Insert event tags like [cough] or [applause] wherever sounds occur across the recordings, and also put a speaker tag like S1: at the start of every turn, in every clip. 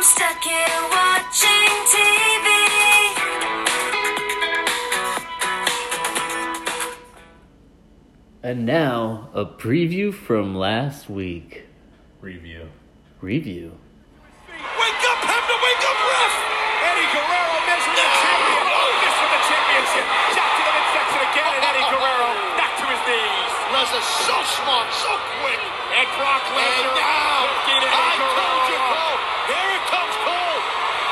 S1: here watching TV.
S2: And now, a preview from last week.
S3: Review.
S2: Review.
S4: Wake up, have to wake up, ref! Eddie Guerrero missed the champion. Missed for the championship. Shot to the midsection again, and Eddie Guerrero back to his knees.
S5: Les is so smart, so quick.
S4: And Brock
S5: And
S4: Lesnar
S5: now,
S4: looking at
S5: I
S4: Eddie
S5: told you,
S4: Guerrero.
S5: Cole. Here it comes, Cole.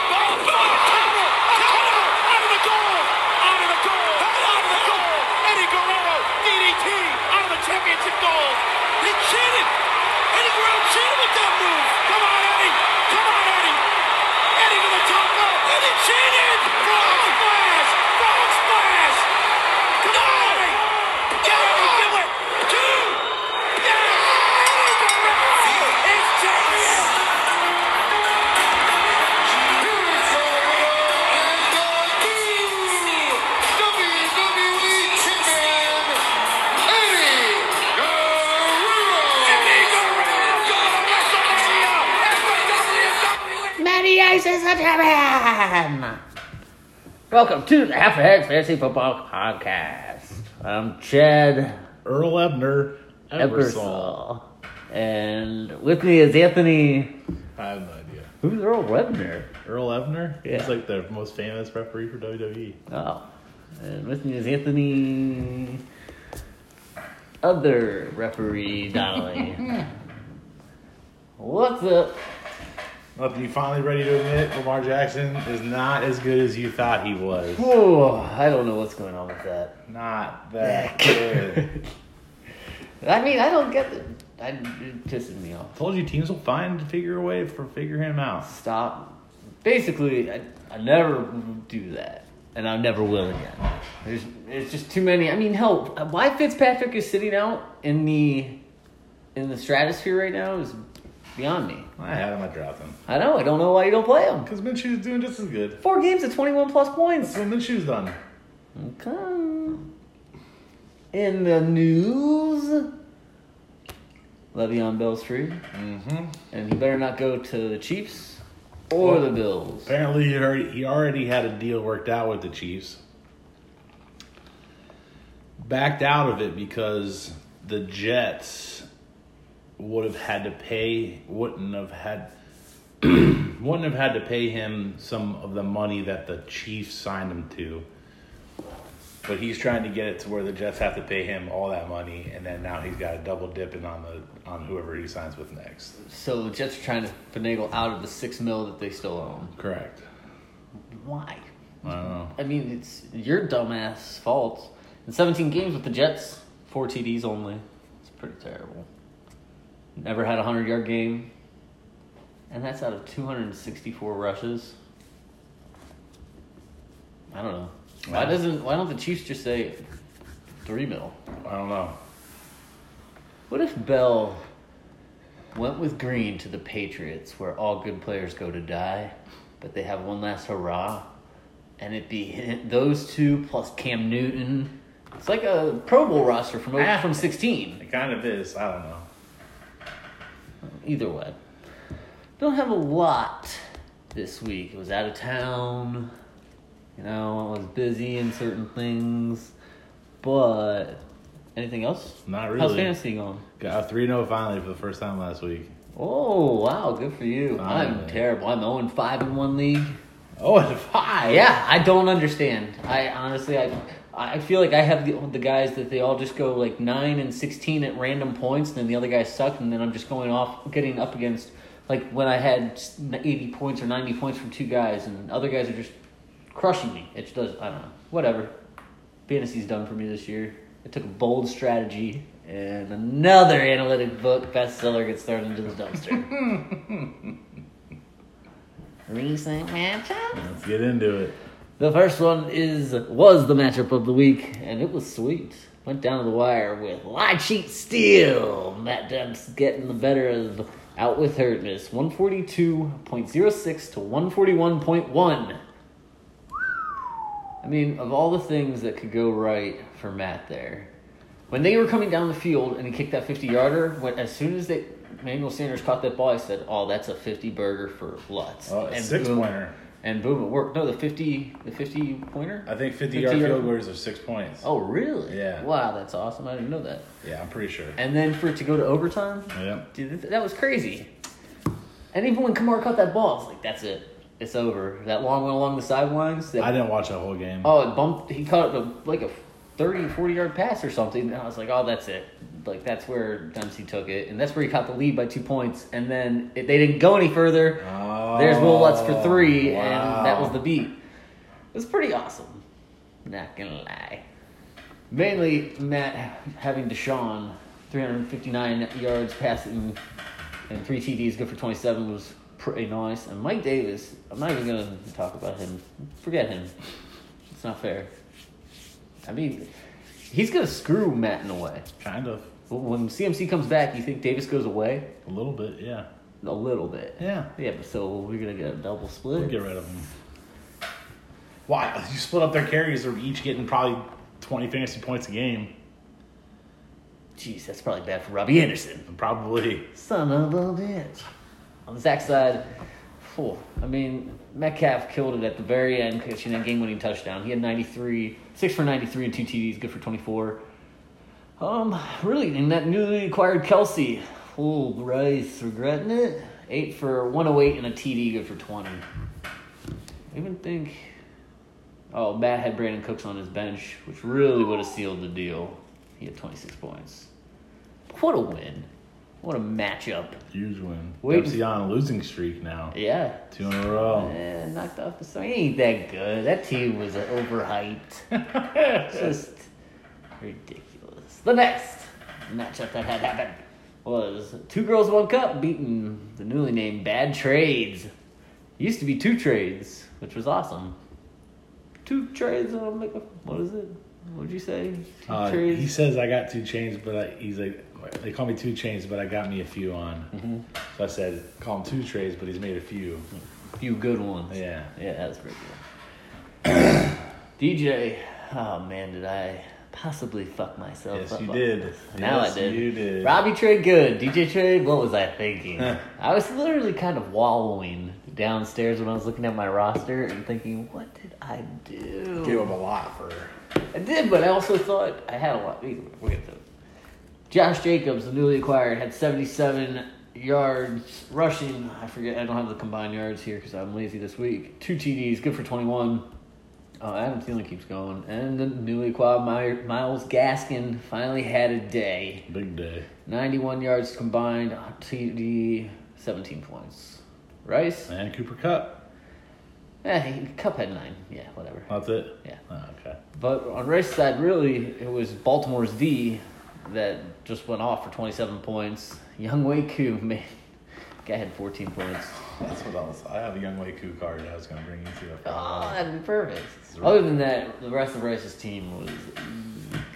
S4: Boom, boom, cover, cover, out of the goal, out of the goal, out of the goal. Eddie Guerrero, DDT, out of the championship goal. He cheated. Eddie Guerrero cheated with that move. Come on, Eddie. Come on, Eddie. Eddie to the top rope. Eddie cheated. Frog splash. Frog splash. Come on, Eddie. Get it. Do it. Two. Yeah. Eddie Guerrero is champion.
S5: WWE champion, Eddie Guerrero.
S4: Eddie Guerrero goes to WrestleMania at the WWE.
S2: Matty Ice is a champion! Welcome to the Half Heads Fantasy Football Podcast. I'm Chad
S3: Earl Ebner. Ebersol.
S2: Ebersol. And with me is Anthony.
S3: I have no idea.
S2: Who's Earl Rebner?
S3: Earl Ebner?
S2: Yeah.
S3: He's like the most famous referee for E. WWE.
S2: Oh. And with me is Anthony. Other referee, Donnelly. [laughs] What's up?
S3: Nothing you finally ready to admit Lamar Jackson is not as good as you thought he was.
S2: Oh, I don't know what's going on with that.
S3: Not that good.
S2: I mean, I don't get it. I, it pisses me off.
S3: Told you teams will find figure a way for figure him out.
S2: Stop. Basically, I, I never do that, and I never will again. There's, there's just too many. I mean, hell, why Fitzpatrick is sitting out in the, in the stratosphere right now is beyond me.
S3: I had him, I dropped him.
S2: I know. I don't know why you don't play him.
S3: Because Minshew's doing just as good.
S2: Four games of 21 plus points.
S3: That's what Minshew's done.
S2: Okay. In the news, Le'Veon Bell's free,
S3: Mm-hmm.
S2: and he better not go to the Chiefs or the Bills.
S3: Apparently, he already, he already had a deal worked out with the Chiefs. Backed out of it because the Jets would have had to pay, wouldn't have had, [clears throat] wouldn't have had to pay him some of the money that the Chiefs signed him to. But he's trying to get it to where the Jets have to pay him all that money, and then now he's got a double dipping on the on whoever he signs with next.
S2: So the Jets are trying to finagle out of the six mil that they still own.
S3: Correct.
S2: Why?
S3: I don't know.
S2: I mean, it's your dumbass fault. In 17 games with the Jets, four TDs only. It's pretty terrible. Never had a 100 yard game. And that's out of 264 rushes. I don't know. Why
S3: Wow.
S2: doesn't why don't the Chiefs just say three mil?
S3: I don't know.
S2: What if Bell went with Green to the Patriots, where all good players go to die, but they have one last hurrah, and it be hi- those two plus Cam Newton? It's like a Pro Bowl roster from
S3: Ah.
S2: from sixteen.
S3: It kind of is. I don't know.
S2: Either way, don't have a lot this week. It was out of town. You know, I was busy in certain things, but anything else?
S3: Not
S2: How's
S3: really.
S2: fantasy going?
S3: Got a 3 0 finally for the first time last week.
S2: Oh wow, good for you. I'm
S3: Finally.
S2: terrible. I'm 0 5 in one league.
S3: Oh, and five.
S2: I, yeah, I don't understand. I honestly, I, I feel like I have the, the guys that they all just go like nine and sixteen at random points, and then the other guys suck, and then I'm just going off, getting up against like when I had eighty points or ninety points from two guys, and other guys are just crushing me. It just does. I don't know. Whatever. Fantasy's done for me this year. I took a bold strategy, and another analytic book bestseller gets thrown into the dumpster. Recent matchups.
S3: Let's get into it.
S2: The first one is was the matchup of the week, and it was sweet. Went down to the wire with lie cheat steal. Matt Demp's getting the better of out with hurtness. One forty two point zero six to one forty one point one. I mean, of all the things that could go right for Matt there, when they were coming down the field and he kicked that fifty yarder, when as soon as they Manuel Sanders caught that ball, I said, "Oh, that's a fifty burger for Lutz."
S3: Oh, a six
S2: boom,
S3: pointer.
S2: And boom, it worked. No, the fifty, the fifty pointer.
S3: I think 50 yard
S2: 50-yard
S3: field goals are six points.
S2: Oh, really?
S3: Yeah.
S2: Wow, that's awesome. I didn't know that.
S3: Yeah, I'm pretty sure.
S2: And then for it to go to overtime,
S3: Yep.
S2: dude, that, that was crazy. And even when Kamara caught that ball, it's like, that's it. It's over. That long one along the sidelines. That,
S3: I didn't watch that whole game.
S2: Oh, it bumped. He caught it to, like a 30, 40 yard pass or something. And I was like, oh, that's it. Like, that's where Dempsey took it. And that's where he caught the lead by two points. And then it, they didn't go any further.
S3: Oh.
S2: Oh, There's Will Lutz for three.
S3: wow.
S2: And that was the beat. It was pretty awesome. Not going to lie. Mainly Matt having Deshaun 359 yards passing and three TDs, good for 27, was pretty nice. And Mike Davis, I'm not even going to talk about him. Forget him. It's not fair. I mean, he's going to screw Matt in a way.
S3: Kind of.
S2: But When CMC comes back, you think Davis goes away?
S3: A little bit, yeah.
S2: A little bit.
S3: Yeah.
S2: Yeah, but so we're going to get a double split.
S3: We'll get rid of him. Why? You split up their carries, they're each getting probably 20 fantasy points a game.
S2: Jeez, that's probably bad for Robbie Anderson.
S3: Probably.
S2: Son of a bitch. On the Zach side, phew, I mean, Metcalf killed it at the very end, catching that game winning touchdown. He had 93, 6 for 93 and 2 TDs, good for 24. Um, really, and that newly acquired Kelsey. Oh, Rice, regretting it. 8 for 108 and a TD, good for 20. I even think. Oh, Matt had Brandon Cooks on his bench, which really would have sealed the deal. He had 26 points. What a win. What a matchup.
S3: Huge win.
S2: Wait.
S3: Dempsey on a losing streak now.
S2: Yeah.
S3: Two in a row.
S2: Eh, knocked off the side. He ain't that good. That team was
S3: [laughs]
S2: overhyped. Just ridiculous. The next matchup that had happened was Two Girls One Cup beating the newly named Bad Trades. Used to be Two Trades, which was awesome. Two Trades, and I'm like, what is it? What'd you say? Two
S3: Uh,
S2: Trades?
S3: he says I got two chains, but I, he's like, they call me two chains, but I got me a few on. So I said, call him two trades, but he's made a few.
S2: few good ones.
S3: Yeah.
S2: Yeah, that was pretty [coughs] good. DJ, oh man, did I possibly fuck myself
S3: Yes,
S2: up?
S3: you
S2: on
S3: did.
S2: this? Now
S3: Yes,
S2: I did.
S3: you did.
S2: Robbie trade good. DJ trade, what was I thinking? I was literally kind of wallowing downstairs when I was looking at my roster and thinking, what did I do?
S3: him a lot for.
S2: I did, but I also thought I had a lot. We'll get to it. Josh Jacobs, the newly acquired, had 77 yards rushing. I forget, I don't have the combined yards here because I'm lazy this week. Two TDs, good for 21. Uh, Adam Thielen keeps going. And the newly acquired My- Miles Gaskin finally had a day.
S3: Big day.
S2: 91 yards combined, uh, TD, 17 points. Rice?
S3: And Cooper Cup.
S2: Eh, he- Cup had nine. Yeah, whatever.
S3: That's it.
S2: Yeah.
S3: Oh, okay.
S2: But on race side, really, it was Baltimore's D that just went off for 27 points. Young Waku, [laughs] man, guy had 14 points.
S3: That's what I was. I have a young Waku card that I was going to bring you to. that.
S2: Oh, that'd be perfect. Other than that, the rest of Rice's team was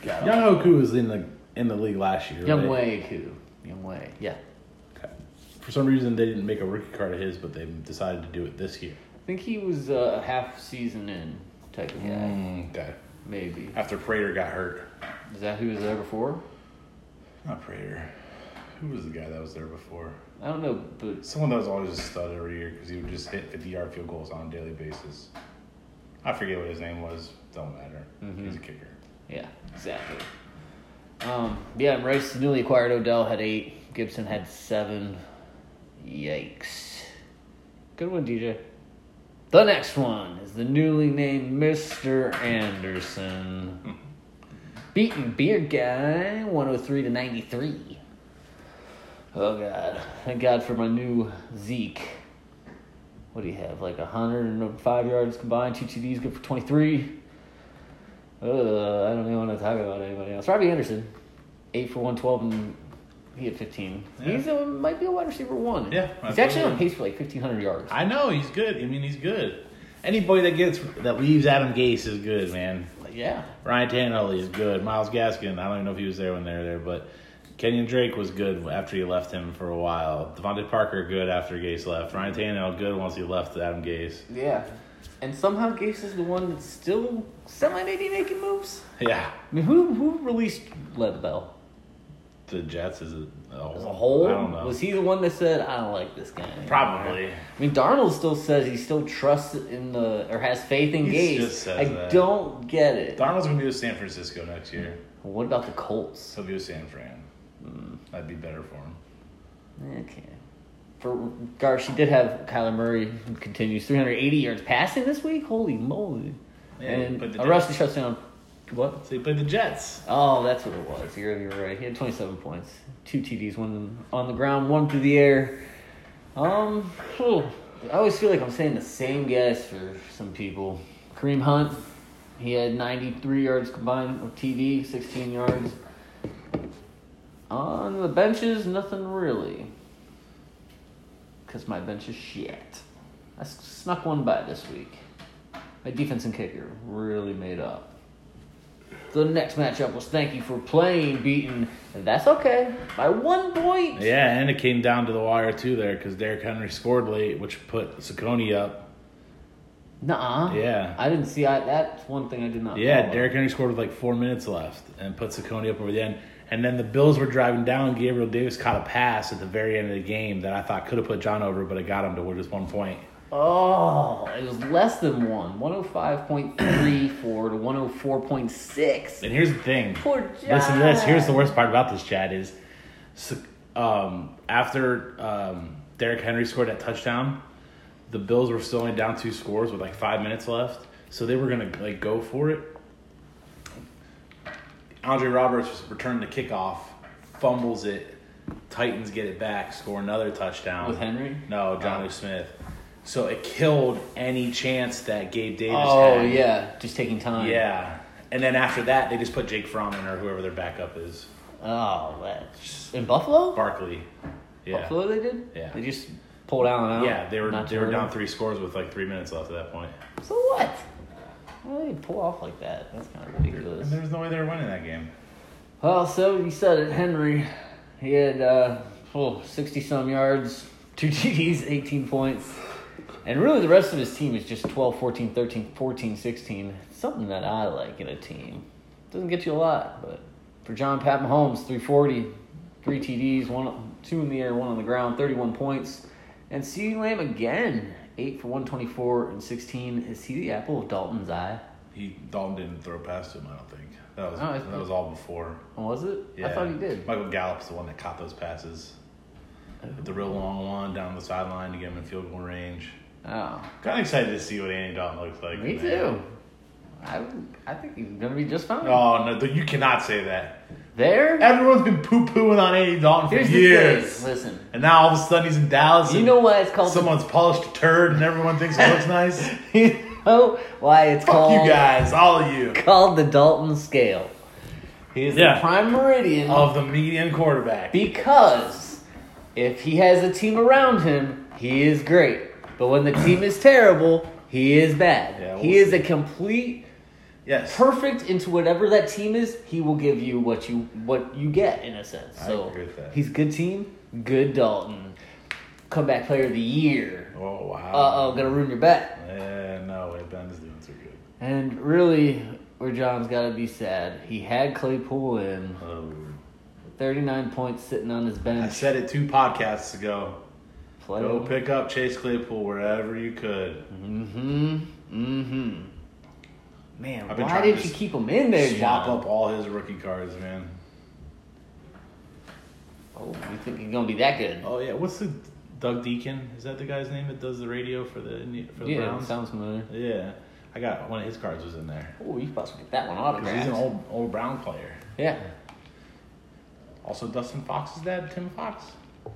S2: got
S3: Oh. Young Oku was in the in the league last year.
S2: Young
S3: right?
S2: Waku, Young Way, yeah.
S3: Okay. For some reason, they didn't make a rookie card of his, but they decided to do it this year.
S2: I think he was uh, half season in type of guy,
S3: Mm. okay.
S2: maybe.
S3: After Prater got hurt.
S2: Is that who was there before?
S3: Not Prater. Who was the guy that was there before?
S2: I don't know, but
S3: Someone that was always a stud every year because he would just hit 50 yard field goals on a daily basis. I forget what his name was. Don't matter. He's a kicker.
S2: Yeah, exactly. Um, yeah, and Rice newly acquired Odell had eight. Gibson had seven. Yikes. Good one, DJ. The next one is the newly named Mr.
S3: [laughs]
S2: Anderson. Beaten beer guy, 103 to 93. Oh, God. Thank God for my new Zeke. What do you have? Like 105 yards combined, two TDs, good for 23. Uh, I don't even want to talk about anybody else. Robbie Anderson, eight for one twelve, and he had fifteen.
S3: Yeah.
S2: He's a, might be a wide receiver one.
S3: Yeah,
S2: he's
S3: I
S2: actually
S3: believe
S2: on
S3: it.
S2: pace for like fifteen hundred yards.
S3: I know he's good. I mean, he's good. Anybody that gets that leaves Adam Gase is good, man.
S2: yeah,
S3: Ryan Tannehill is good. Miles Gaskin, I don't even know if he was there when they were there, but Kenyon Drake was good after he left him for a while. Devontae Parker good after Gase left. Ryan Tannehill good once he left Adam Gase. [laughs]
S2: yeah. And somehow Gase is the one that's still semi maybe making moves.
S3: Yeah,
S2: I mean, who who released Le'Vell?
S3: the Jets as a, a
S2: As
S3: whole.
S2: a whole,
S3: I don't know.
S2: was he the one that said, "I don't like this guy"?
S3: Probably.
S2: I mean, Darnold still says he still trusts in the or has faith in
S3: He
S2: Gase.
S3: just says
S2: I
S3: that.
S2: don't get it.
S3: Darnold's gonna be with San Francisco next year.
S2: what about the Colts?
S3: He'll be with San Fran. That'd be better for him.
S2: Okay. For Garsh, he did have Kyler Murray who continues 380 yards passing this week. Holy moly!
S3: Yeah,
S2: and
S3: but the
S2: a
S3: Jets-
S2: rusty touchdown. What?
S3: So he played the Jets.
S2: Oh, that's what it was. You're, you're right. He had 27 points, two TDs, one on the ground, one through the air. Um, phew. I always feel like I'm saying the same guys for some people. Kareem Hunt, he had 93 yards combined of TD, 16 yards. On the benches, nothing really. Because my bench is shit. I s- snuck one by this week. My defense and kicker really made up. The next matchup was thank you for playing, beaten. and That's okay. By one point.
S3: Yeah, and it came down to the wire too there because Derrick Henry scored late, which put Saccone up.
S2: Nuh-uh.
S3: Yeah.
S2: I didn't see. I that's one thing I did not.
S3: Yeah,
S2: follow.
S3: Derrick Henry scored with like four minutes left and put Saccone up over the end. And then the Bills were driving down. Gabriel Davis caught a pass at the very end of the game that I thought could have put John over, but it got him to just one point.
S2: Oh, it was less than one. One hundred five point three four to one hundred four point six.
S3: And here's the thing.
S2: Poor
S3: Listen to this. Here's the
S2: Jack.
S3: worst part about this, Chad, is so- um, after um, Derrick Henry scored that touchdown, the Bills were still only down two scores with like five minutes left. So they were going to like go for it. Andre Roberts returned the kickoff, fumbles it. Titans get it back, score another touchdown.
S2: With Henry? Oh.
S3: No, Johnny Smith. So it killed any chance that Gabe Davis had.
S2: Oh yeah, just taking time.
S3: Yeah. And then after that, they just put Jake Frommman or whoever their backup is.
S2: Oh, that's in Buffalo.
S3: Barkley. Yeah.
S2: Buffalo, they did.
S3: Yeah.
S2: They just pulled Allen out.
S3: Yeah, they were
S2: Not
S3: they were
S2: Jordan.
S3: down three scores with like three minutes left at that point.
S2: So what? Why do they pull off like that? That's kind of ridiculous.
S3: And there was no way they were winning that game.
S2: Well, so you said it, Henry. He had uh, oh, 60 some yards, [laughs] two TDs, 18 points. And really, the rest of his team is just 12, 14, 13, 14, 16. Something that I like in a team. Doesn't get you a lot, but for John Pat Mahomes, 340, three TDs, one, two in the air, one on the ground, 31 points. And CeeDee Lamb again, 8 for 124 and 16. Is he the apple of Dalton's eye?
S3: He Dalton didn't throw past him, I don't think. That was
S2: Oh, I
S3: that was all before.
S2: Was it? I thought he did.
S3: Michael Gallup's the one that caught those passes. The real long one down the sideline to get him in field goal range.
S2: Oh.
S3: Kind of excited to see what Andy Dalton looks like.
S2: Me
S3: man.
S2: too. I, I think he's gonna be just fine.
S3: Oh no, you cannot say that.
S2: There,
S3: Everyone's been poo pooing on Andy Dalton for
S2: here's
S3: years.
S2: the thing. Listen,
S3: And now all of a sudden he's in Dallas.
S2: you
S3: and
S2: know why it's called.
S3: someone's polished a turd, and everyone thinks it
S2: [laughs]
S3: looks nice. Fuck
S2: you know why it's called
S3: you guys, all of you,
S2: called the Dalton scale. He is
S3: Yeah.
S2: the prime meridian
S3: of the median quarterback.
S2: because if he has a team around him, he is great. But when the team is terrible, he is bad.
S3: Yeah,
S2: he
S3: we'll
S2: is a complete
S3: Yes,
S2: perfect into whatever that team is, he will give you what you what you get in a sense.
S3: I
S2: So
S3: agree with that.
S2: he's good team, good Dalton. Comeback player of the year.
S3: Oh wow.
S2: Uh oh, gonna ruin your bet.
S3: Yeah, no way. Ben's doing so good.
S2: And really, where John's gotta be sad, he had Claypool in
S3: Oh.
S2: thirty nine points sitting on his
S3: I
S2: bench.
S3: said it two podcasts ago.
S2: Play
S3: Go pick up Chase Claypool wherever you could.
S2: Mm-hmm. Mm-hmm. Man,
S3: I've been
S2: why
S3: trying
S2: did
S3: to
S2: you
S3: s-
S2: keep him in there,
S3: Swap
S2: John?
S3: up all his rookie cards, man.
S2: Oh, you think he's gonna be that good?
S3: Oh yeah, what's the Doug Deacon? Is that the guy's name that does the radio for the Indi- for the
S2: yeah,
S3: Browns?
S2: sounds familiar.
S3: yeah, I got one of his cards was in there.
S2: Oh, you supposed to get that one
S3: 'Cause
S2: autographed.
S3: he's an old old Brown player.
S2: Yeah.
S3: Also, Dustin Fox's dad, Tim Fox.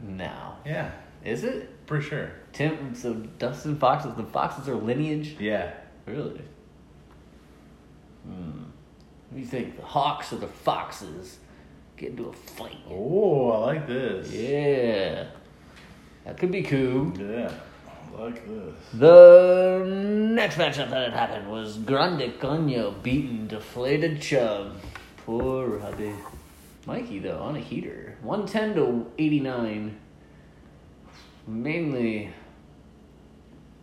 S2: No.
S3: Yeah,
S2: Is it?
S3: pretty sure.
S2: Tim so Dustin Fox is the Foxes are lineage?
S3: Yeah.
S2: Really? Hmm. What do you think? The Hawks or the Foxes? Get into a fight.
S3: Oh, I like this.
S2: Yeah. That could be cool.
S3: Yeah. I like this.
S2: The next matchup that had happened was Grande Cogno beating deflated Chubb. Poor hubby. Mikey, though, on a heater. 110 to 89. Mainly.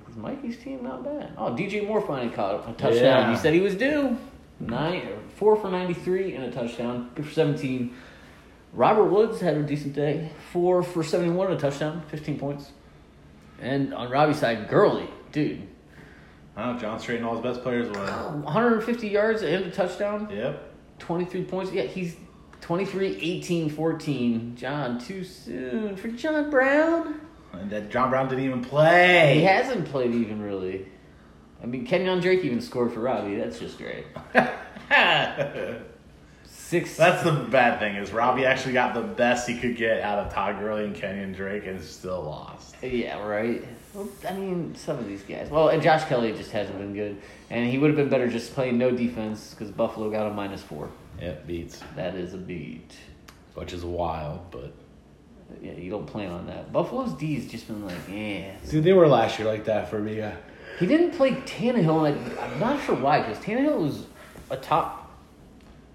S2: Is Mikey's team not bad? Oh, DJ Moore finally caught a touchdown.
S3: Yeah.
S2: You said he was due. Nine, four for 93 and a touchdown. Good for 17. Robert Woods had a decent day. Four for 71, a touchdown, 15 points. And on Robbie's side, Gurley, dude.
S3: Wow, Oh, John Strayton, all his best players won.
S2: 150 yards and a touchdown,
S3: Yep.
S2: 23 points. Yeah, he's 23, 18, 14. John, too soon for John Brown.
S3: And that John Brown didn't even play.
S2: He hasn't played even really. I mean, Kenyon Drake even scored for Robbie. That's just great. Six.
S3: [laughs] That's the bad thing is Robbie actually got the best he could get out of Todd Gurley and Kenyon Drake and still lost.
S2: Yeah, right. Well, I mean, some of these guys. Well, and Josh Kelly just hasn't been good, and he would have been better just playing no defense because Buffalo got a minus four.
S3: It beats,
S2: That is a beat.
S3: which is wild, but
S2: Yeah, you don't plan on that. Buffalo's D's just been like, yeah.
S3: see, they were last year like that for me. Uh,
S2: He didn't play Tannehill, and I, I'm not sure why because Tannehill was a top.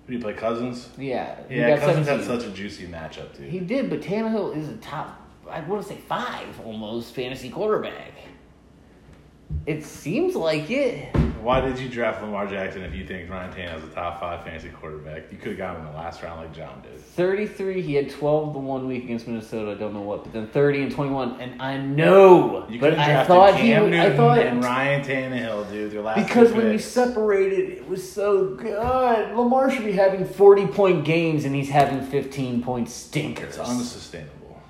S3: Who do you play, Cousins?
S2: Yeah, he
S3: Yeah,
S2: got
S3: Cousins
S2: 17.
S3: had such a juicy matchup, dude.
S2: He did, but Tannehill is a top, I want to say five almost fantasy quarterback. It seems like it.
S3: Why did you draft Lamar Jackson if you think Ryan Tannehill's a top five fantasy quarterback? You could have got him in the last round like John did.
S2: 33, he had 12 the one week against Minnesota, I don't know what, but then 30 and 21, and I know,
S3: You could
S2: but I
S3: have drafted
S2: thought he
S3: Cam
S2: would,
S3: Newton
S2: I thought,
S3: and Ryan Tannehill, dude. Your last
S2: because
S3: two
S2: when you
S3: picks.
S2: separated, it was so good. Lamar should be having 40 point games, and he's having 15 point stinkers.
S3: it's unsustainable.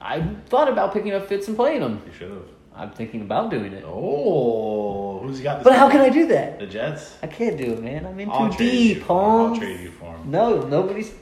S2: I thought about picking up Fitz and playing him.
S3: You should have.
S2: I'm thinking about doing it.
S3: Oh, who's he got? This
S2: But how can I do that?
S3: The Jets.
S2: I can't do it, man. I'm in
S3: I'll
S2: too
S3: trade you
S2: deep,
S3: for him. I'll
S2: Holmes.
S3: trade you for
S2: [laughs]
S3: him.
S2: No, nobody's.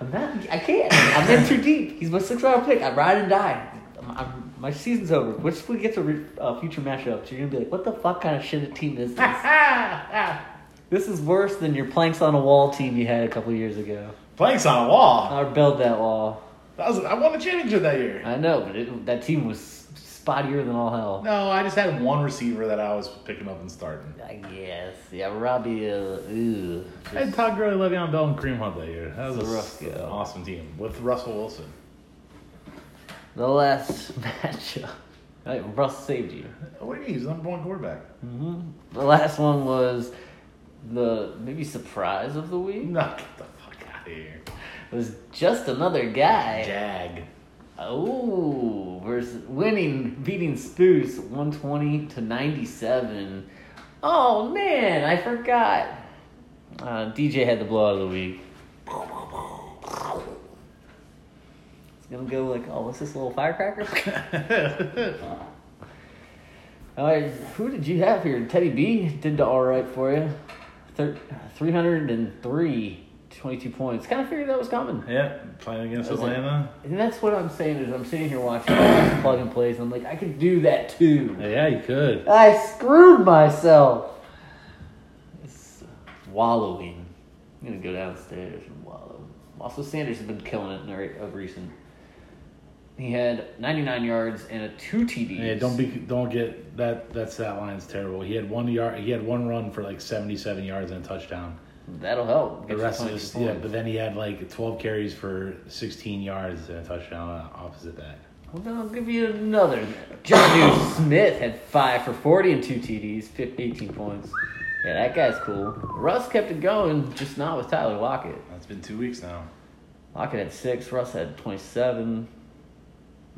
S2: I'm not. I can't. I'm in too deep. He's my six round pick. I ride and die. I'm, I'm, my season's over. Once we get to re, uh, future matchups, you're gonna be like, "What the fuck kind of shit a team is
S3: [laughs]
S2: this? this is worse than your planks on a wall team you had a couple years ago.
S3: Planks on a wall.
S2: I build that wall.
S3: That was, I won the championship that year.
S2: I know, but it, that team was spottier than all hell.
S3: No, I just had one receiver that I was picking up and starting.
S2: I guess. Yeah, Robbie. Uh, ooh.
S3: I had Todd Gurley, Le'Veon Bell, and Kareem Hunt that year. That was
S2: It's
S3: a
S2: a rough
S3: s-
S2: go.
S3: awesome team with Russell Wilson.
S2: The last [laughs] matchup. All right, Russ saved you.
S3: What do you mean? Oh, He's the number one quarterback.
S2: The last one was the maybe surprise of the week.
S3: No, get the fuck out of here.
S2: It was just another guy.
S3: [laughs] Jag.
S2: Oh, versus winning, beating Spoos one twenty to ninety seven. Oh man, I forgot. Uh, DJ had the blowout of the week. It's gonna go like, oh, what's this little firecracker? All right, who did you have here? Teddy B did the all right for you. Thir- 303, 22 points. Kind of figured that was coming.
S3: Yep, playing against
S2: That was it.
S3: Atlanta.
S2: And that's what I'm saying is I'm sitting here watching all these plug and plays. And I'm like, I could do that too.
S3: Yeah, you could.
S2: I screwed myself. It's wallowing. I'm gonna go downstairs and wallow. Also, Sanders has been killing it in the re- of recent. He had 99 yards and a two TDs.
S3: Yeah, don't be, don't get that. That stat line's terrible. He had one yard. He had one run for like seventy-seven yards and a touchdown.
S2: That'll help.
S3: The
S2: Get you
S3: rest of
S2: 22
S3: his, yeah,
S2: points.
S3: but then he had like twelve carries for sixteen yards and a touchdown uh, opposite that.
S2: Well, then I'll give you another. John Smith had five for 40 and two TDs, fif- 18 points. Yeah, that guy's cool. Russ kept it going, just not with Tyler Lockett.
S3: That's been two weeks now.
S2: Lockett had six, Russ had 27.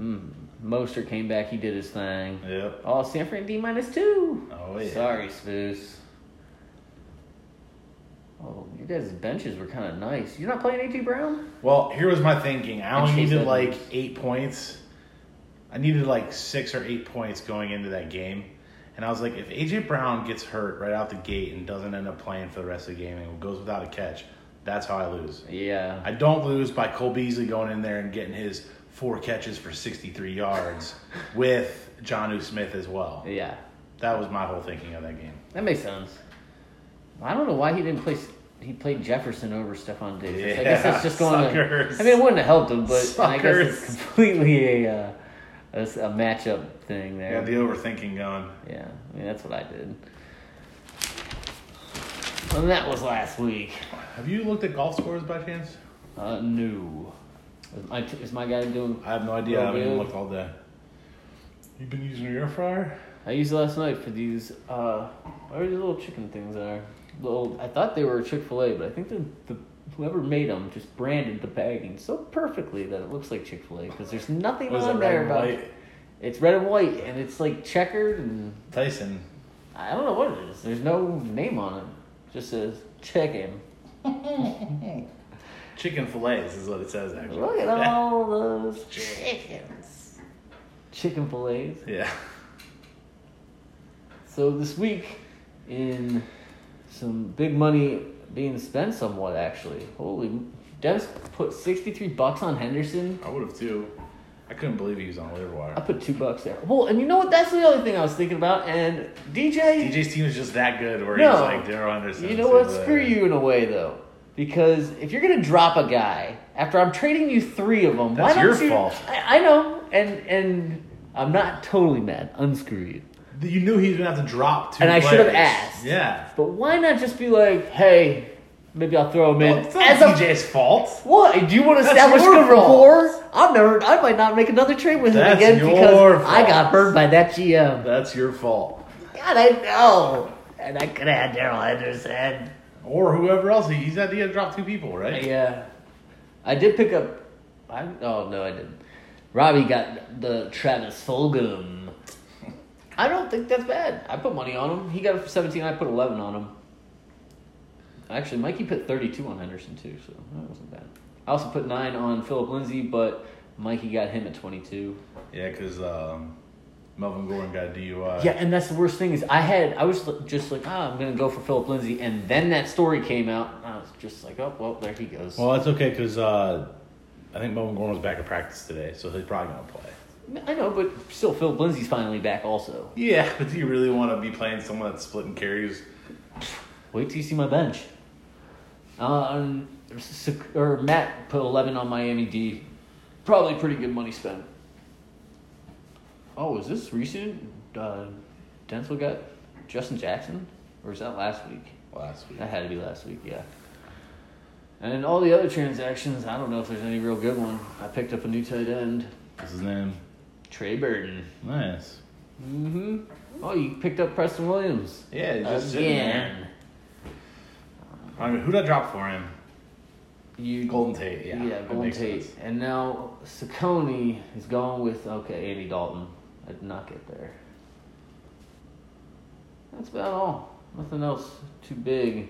S2: Mm. Moster came back, he did his thing.
S3: Yep.
S2: Oh, Sanford D minus two.
S3: Oh yeah.
S2: Sorry, Spoos. Oh, you guys' benches were kind of nice. You're not playing A.T. Brown?
S3: Well, here was my thinking. I
S2: And
S3: only
S2: Chase
S3: needed like
S2: Edmonds.
S3: eight points. I needed like six or eight points going into that game. And I was like, if AJ Brown gets hurt right out the gate and doesn't end up playing for the rest of the game and goes without a catch, that's how I lose.
S2: Yeah.
S3: I don't lose by Cole Beasley going in there and getting his four catches for 63 yards with John U. Smith as well.
S2: yeah.
S3: That was my whole thinking of that game.
S2: That makes sense. I don't know why he didn't play. He played Jefferson over Stephon Diggs. I guess that's just
S3: Yeah,
S2: going.
S3: suckers.
S2: To, I mean, it wouldn't have helped him, but I guess
S3: Suckers.
S2: it's completely a, uh, a s- a matchup thing
S3: I got the
S2: there.
S3: overthinking going.
S2: Yeah, I mean that's what I did. And that was last week.
S3: Have you looked at golf scores by chance?
S2: Uh, no, is my, is my guy doing?
S3: I have no idea. I
S2: Oh,
S3: haven't even
S2: really?
S3: looked all day. You've been using your air fryer?
S2: I used it last night for these. Uh, what are these little chicken things that are? Little. I thought they were Chick Fil A, but I think they're the whoever made them just branded the bagging so perfectly that it looks like Chick Fil A because there's nothing
S3: Was
S2: on
S3: it red
S2: there
S3: and
S2: about.
S3: white?
S2: It's red and white, and it's like checkered, and
S3: Tyson.
S2: I don't know what it is. There's no name on it. it just says chicken.
S3: Chicken fillets is what it says, actually.
S2: Look
S3: [laughs]
S2: at all those chickens. Chicken fillets.
S3: Yeah.
S2: So this week, in some big money being spent, somewhat actually. Holy, Devs put sixty three bucks on Henderson.
S3: I would have too. I couldn't believe he was on
S2: I
S3: Liverwire.
S2: put two bucks there. Well, and you know what? That's the other thing I was thinking about. And DJ,
S3: DJ's team is just that good where
S2: No.
S3: he's like Daryl Anderson.
S2: you know
S3: so
S2: what?
S3: the-
S2: Screw you in a way though, because if you're gonna drop a guy after I'm trading you three of them,
S3: That's
S2: why
S3: your
S2: don't you?
S3: fault.
S2: I, I know, and and I'm not totally mad. Unscrew you.
S3: uh, You knew he was gonna have to drop two.
S2: And I should have
S3: players.
S2: asked.
S3: Yeah.
S2: But why not just be like, hey, maybe I'll throw him in
S3: Well, it's not
S2: as a
S3: DJ's fault.
S2: What? Do you want to
S3: That's
S2: establish
S3: your
S2: good
S3: fault.
S2: rapport? I'm never. I might not make another trade with him
S3: That's
S2: again
S3: your
S2: because I
S3: fault.
S2: got burned by that GM.
S3: That's your fault.
S2: God, I know. And I could have had Daryl Henderson.
S3: Or whoever else. He, he's not he had to drop two people, right?
S2: Yeah, uh, I did pick up. I oh no, I didn't. Robbie got the Travis Fulgham. I don't think that's bad. I put money on him. He got it for seventeen. I put eleven on him. Actually, Mikey put thirty-two on Henderson too, so that wasn't bad. I also put nine on Philip Lindsay, but Mikey got him at twenty-two.
S3: Yeah, because um, Melvin Gordon got a DUI.
S2: Yeah, and that's the worst thing is I had I was li- just like, ah, I'm gonna go for Philip Lindsay, and then that story came out. And I was just like, oh well, there he goes.
S3: Well, that's okay because uh, I think Melvin Gordon was back at practice today, so he's probably gonna play.
S2: I know, but still, Philip Lindsay's finally back. Also,
S3: Yeah, but do you really want to be playing someone that's splitting carries?
S2: Wait till you see my bench. Um, Sec- or Matt put eleven on Miami D. Probably pretty good money spent. Oh, is this recent? Uh, Denzel got Justin Jackson, or is that last week?
S3: Last week.
S2: That had to be last week, yeah. And all the other transactions, I don't know if there's any real good one. I picked up a new tight end,
S3: What's his name?
S2: Trey Burton.
S3: Nice.
S2: Mm-hmm. Oh, you picked up Preston Williams
S3: Yeah, he's just sitting there.
S2: again.
S3: I mean, who'd I drop for him?
S2: You
S3: Golden Tate, yeah.
S2: Yeah,
S3: That
S2: Golden
S3: makes
S2: Tate.
S3: sense.
S2: And now Saccone is going with okay, Andy Dalton. I did not get there. That's about all. Nothing else too big.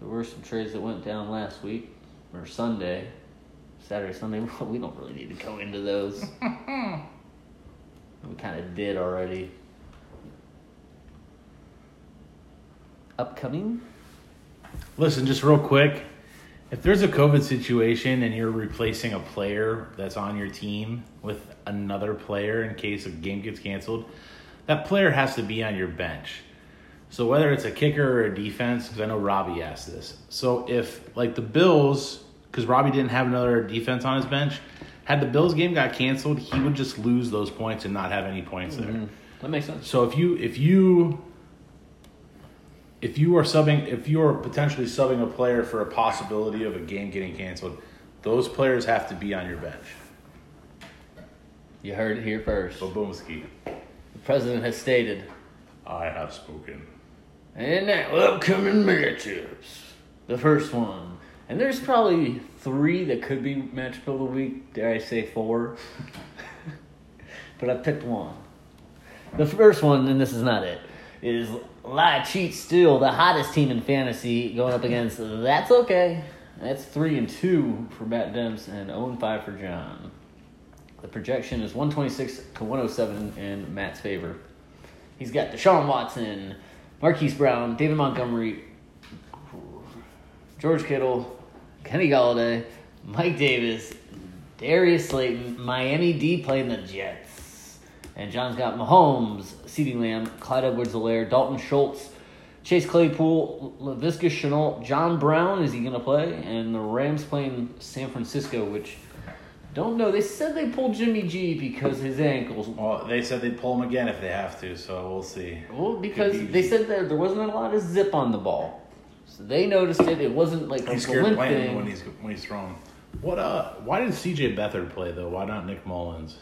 S2: There were some trades that went down last week or Sunday. Saturday, Sunday. [laughs] Well, we don't really need to go into those. we kind of did already. Upcoming?
S3: Listen, just real quick. If there's a COVID situation and you're replacing a player that's on your team with another player in case a game gets canceled, that player has to be on your bench. So whether it's a kicker or a defense, because I know Robbie asked this. So if like the Bills, because Robbie didn't have another defense on his bench, had the Bills game got canceled, he would just lose those points and not have any points there.
S2: That makes sense.
S3: So if you if you if you are subbing if you are potentially subbing a player for a possibility of a game getting canceled, those players have to be on your bench.
S2: You heard it here first.
S3: Bobomski,
S2: The president has stated.
S3: I have spoken.
S2: And now, upcoming matchups. The first one. And there's probably three that could be matchup of the week. Dare I say four? [laughs] but I picked one. The first one, and this is not it, is Lie, Cheat, Steal, the hottest team in fantasy, going up against That's Okay. That's 3 and 2 for Matt Demps and 0 and 5 for John. The projection is 126 to 107 in Matt's favor. He's got Deshaun Watson, Marquise Brown, David Montgomery, George Kittle, Kenny Galladay, Mike Davis, Darius Slayton, Miami D playing the Jets. And John's got Mahomes, CeeDee Lamb, Clyde Edwards Alaire, Dalton Schultz, Chase Claypool, LaVisca Chenault, John Brown, is he going to play? And the Rams playing San Francisco, which don't know. They said they pulled Jimmy G because his ankles.
S3: Well, they said they'd pull him again if they have to, so we'll see.
S2: Well, because
S3: Could be.
S2: they said that there wasn't a lot of zip on the ball, so they noticed it. It wasn't like
S3: He's
S2: a
S3: scared
S2: glint
S3: playing
S2: thing.
S3: when he's when he's thrown. What uh? Why did C.J. Beathard play though? Why not Nick Mullins?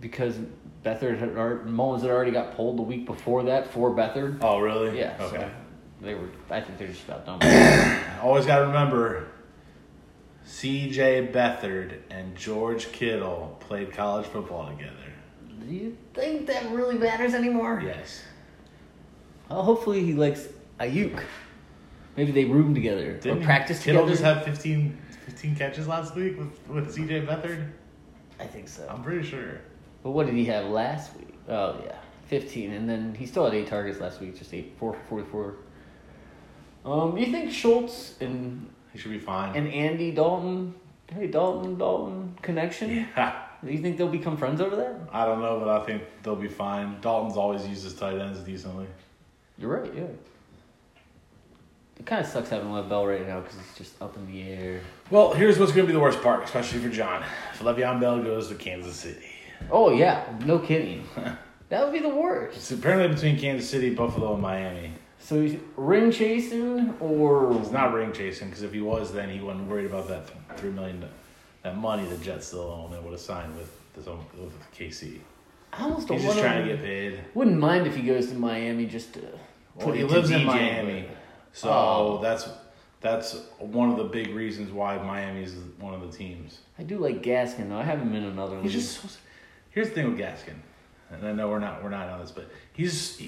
S2: because Bethard had already, Mullins had already got pulled the week before that for Bethard.
S3: Oh really?
S2: Yeah. so
S3: Okay. [coughs]
S2: they were. I think they're just about done. with it.
S3: always got to remember CJ Beathard and George Kittle played college football together.
S2: Do you think that really matters anymore?
S3: Yes.
S2: Well, hopefully he likes Ayuk. Maybe they room together
S3: Didn't
S2: or practice
S3: Kittle
S2: together.
S3: just have 15, 15 catches last week with, with CJ Beathard?
S2: I think so.
S3: I'm pretty sure.
S2: But what did he have last week? Oh yeah, fifteen, and then he still had eight targets last week, just eight four for forty-four. Um, you think Schultz and
S3: He should be fine.
S2: and Andy Dalton, hey Dalton Dalton connection?
S3: yeah.
S2: Do you think they'll become friends over that?
S3: [laughs] I don't know, but I think they'll be fine. Dalton's always uses tight ends decently.
S2: You're right. Yeah. It kind of sucks having Lev Bell right now because it's just up in the air.
S3: Well, here's what's going to be the worst part, especially for John. If Le'Veon Bell goes to Kansas City.
S2: Oh yeah, no [laughs] kidding. that would be the worst.
S3: It's apparently between Kansas City, Buffalo, and Miami.
S2: So he's ring chasing or
S3: It's not ring chasing because if he was, then he wasn't worried about that th- three million, that money the Jets still own and would have signed with the zone- with KC.
S2: I almost don't
S3: He's just
S2: wanna-
S3: trying to get paid.
S2: Wouldn't mind if he goes to Miami just to.
S3: Well,
S2: put
S3: he
S2: it to
S3: lives in
S2: DJ,
S3: Miami, so
S2: Oh.
S3: that's that's one of the big reasons why Miami is one of the teams.
S2: but I do like Gaskin though. I have him in another league.
S3: He's just so, here's the thing with Gaskin, and I know we're not we're not on this, but he's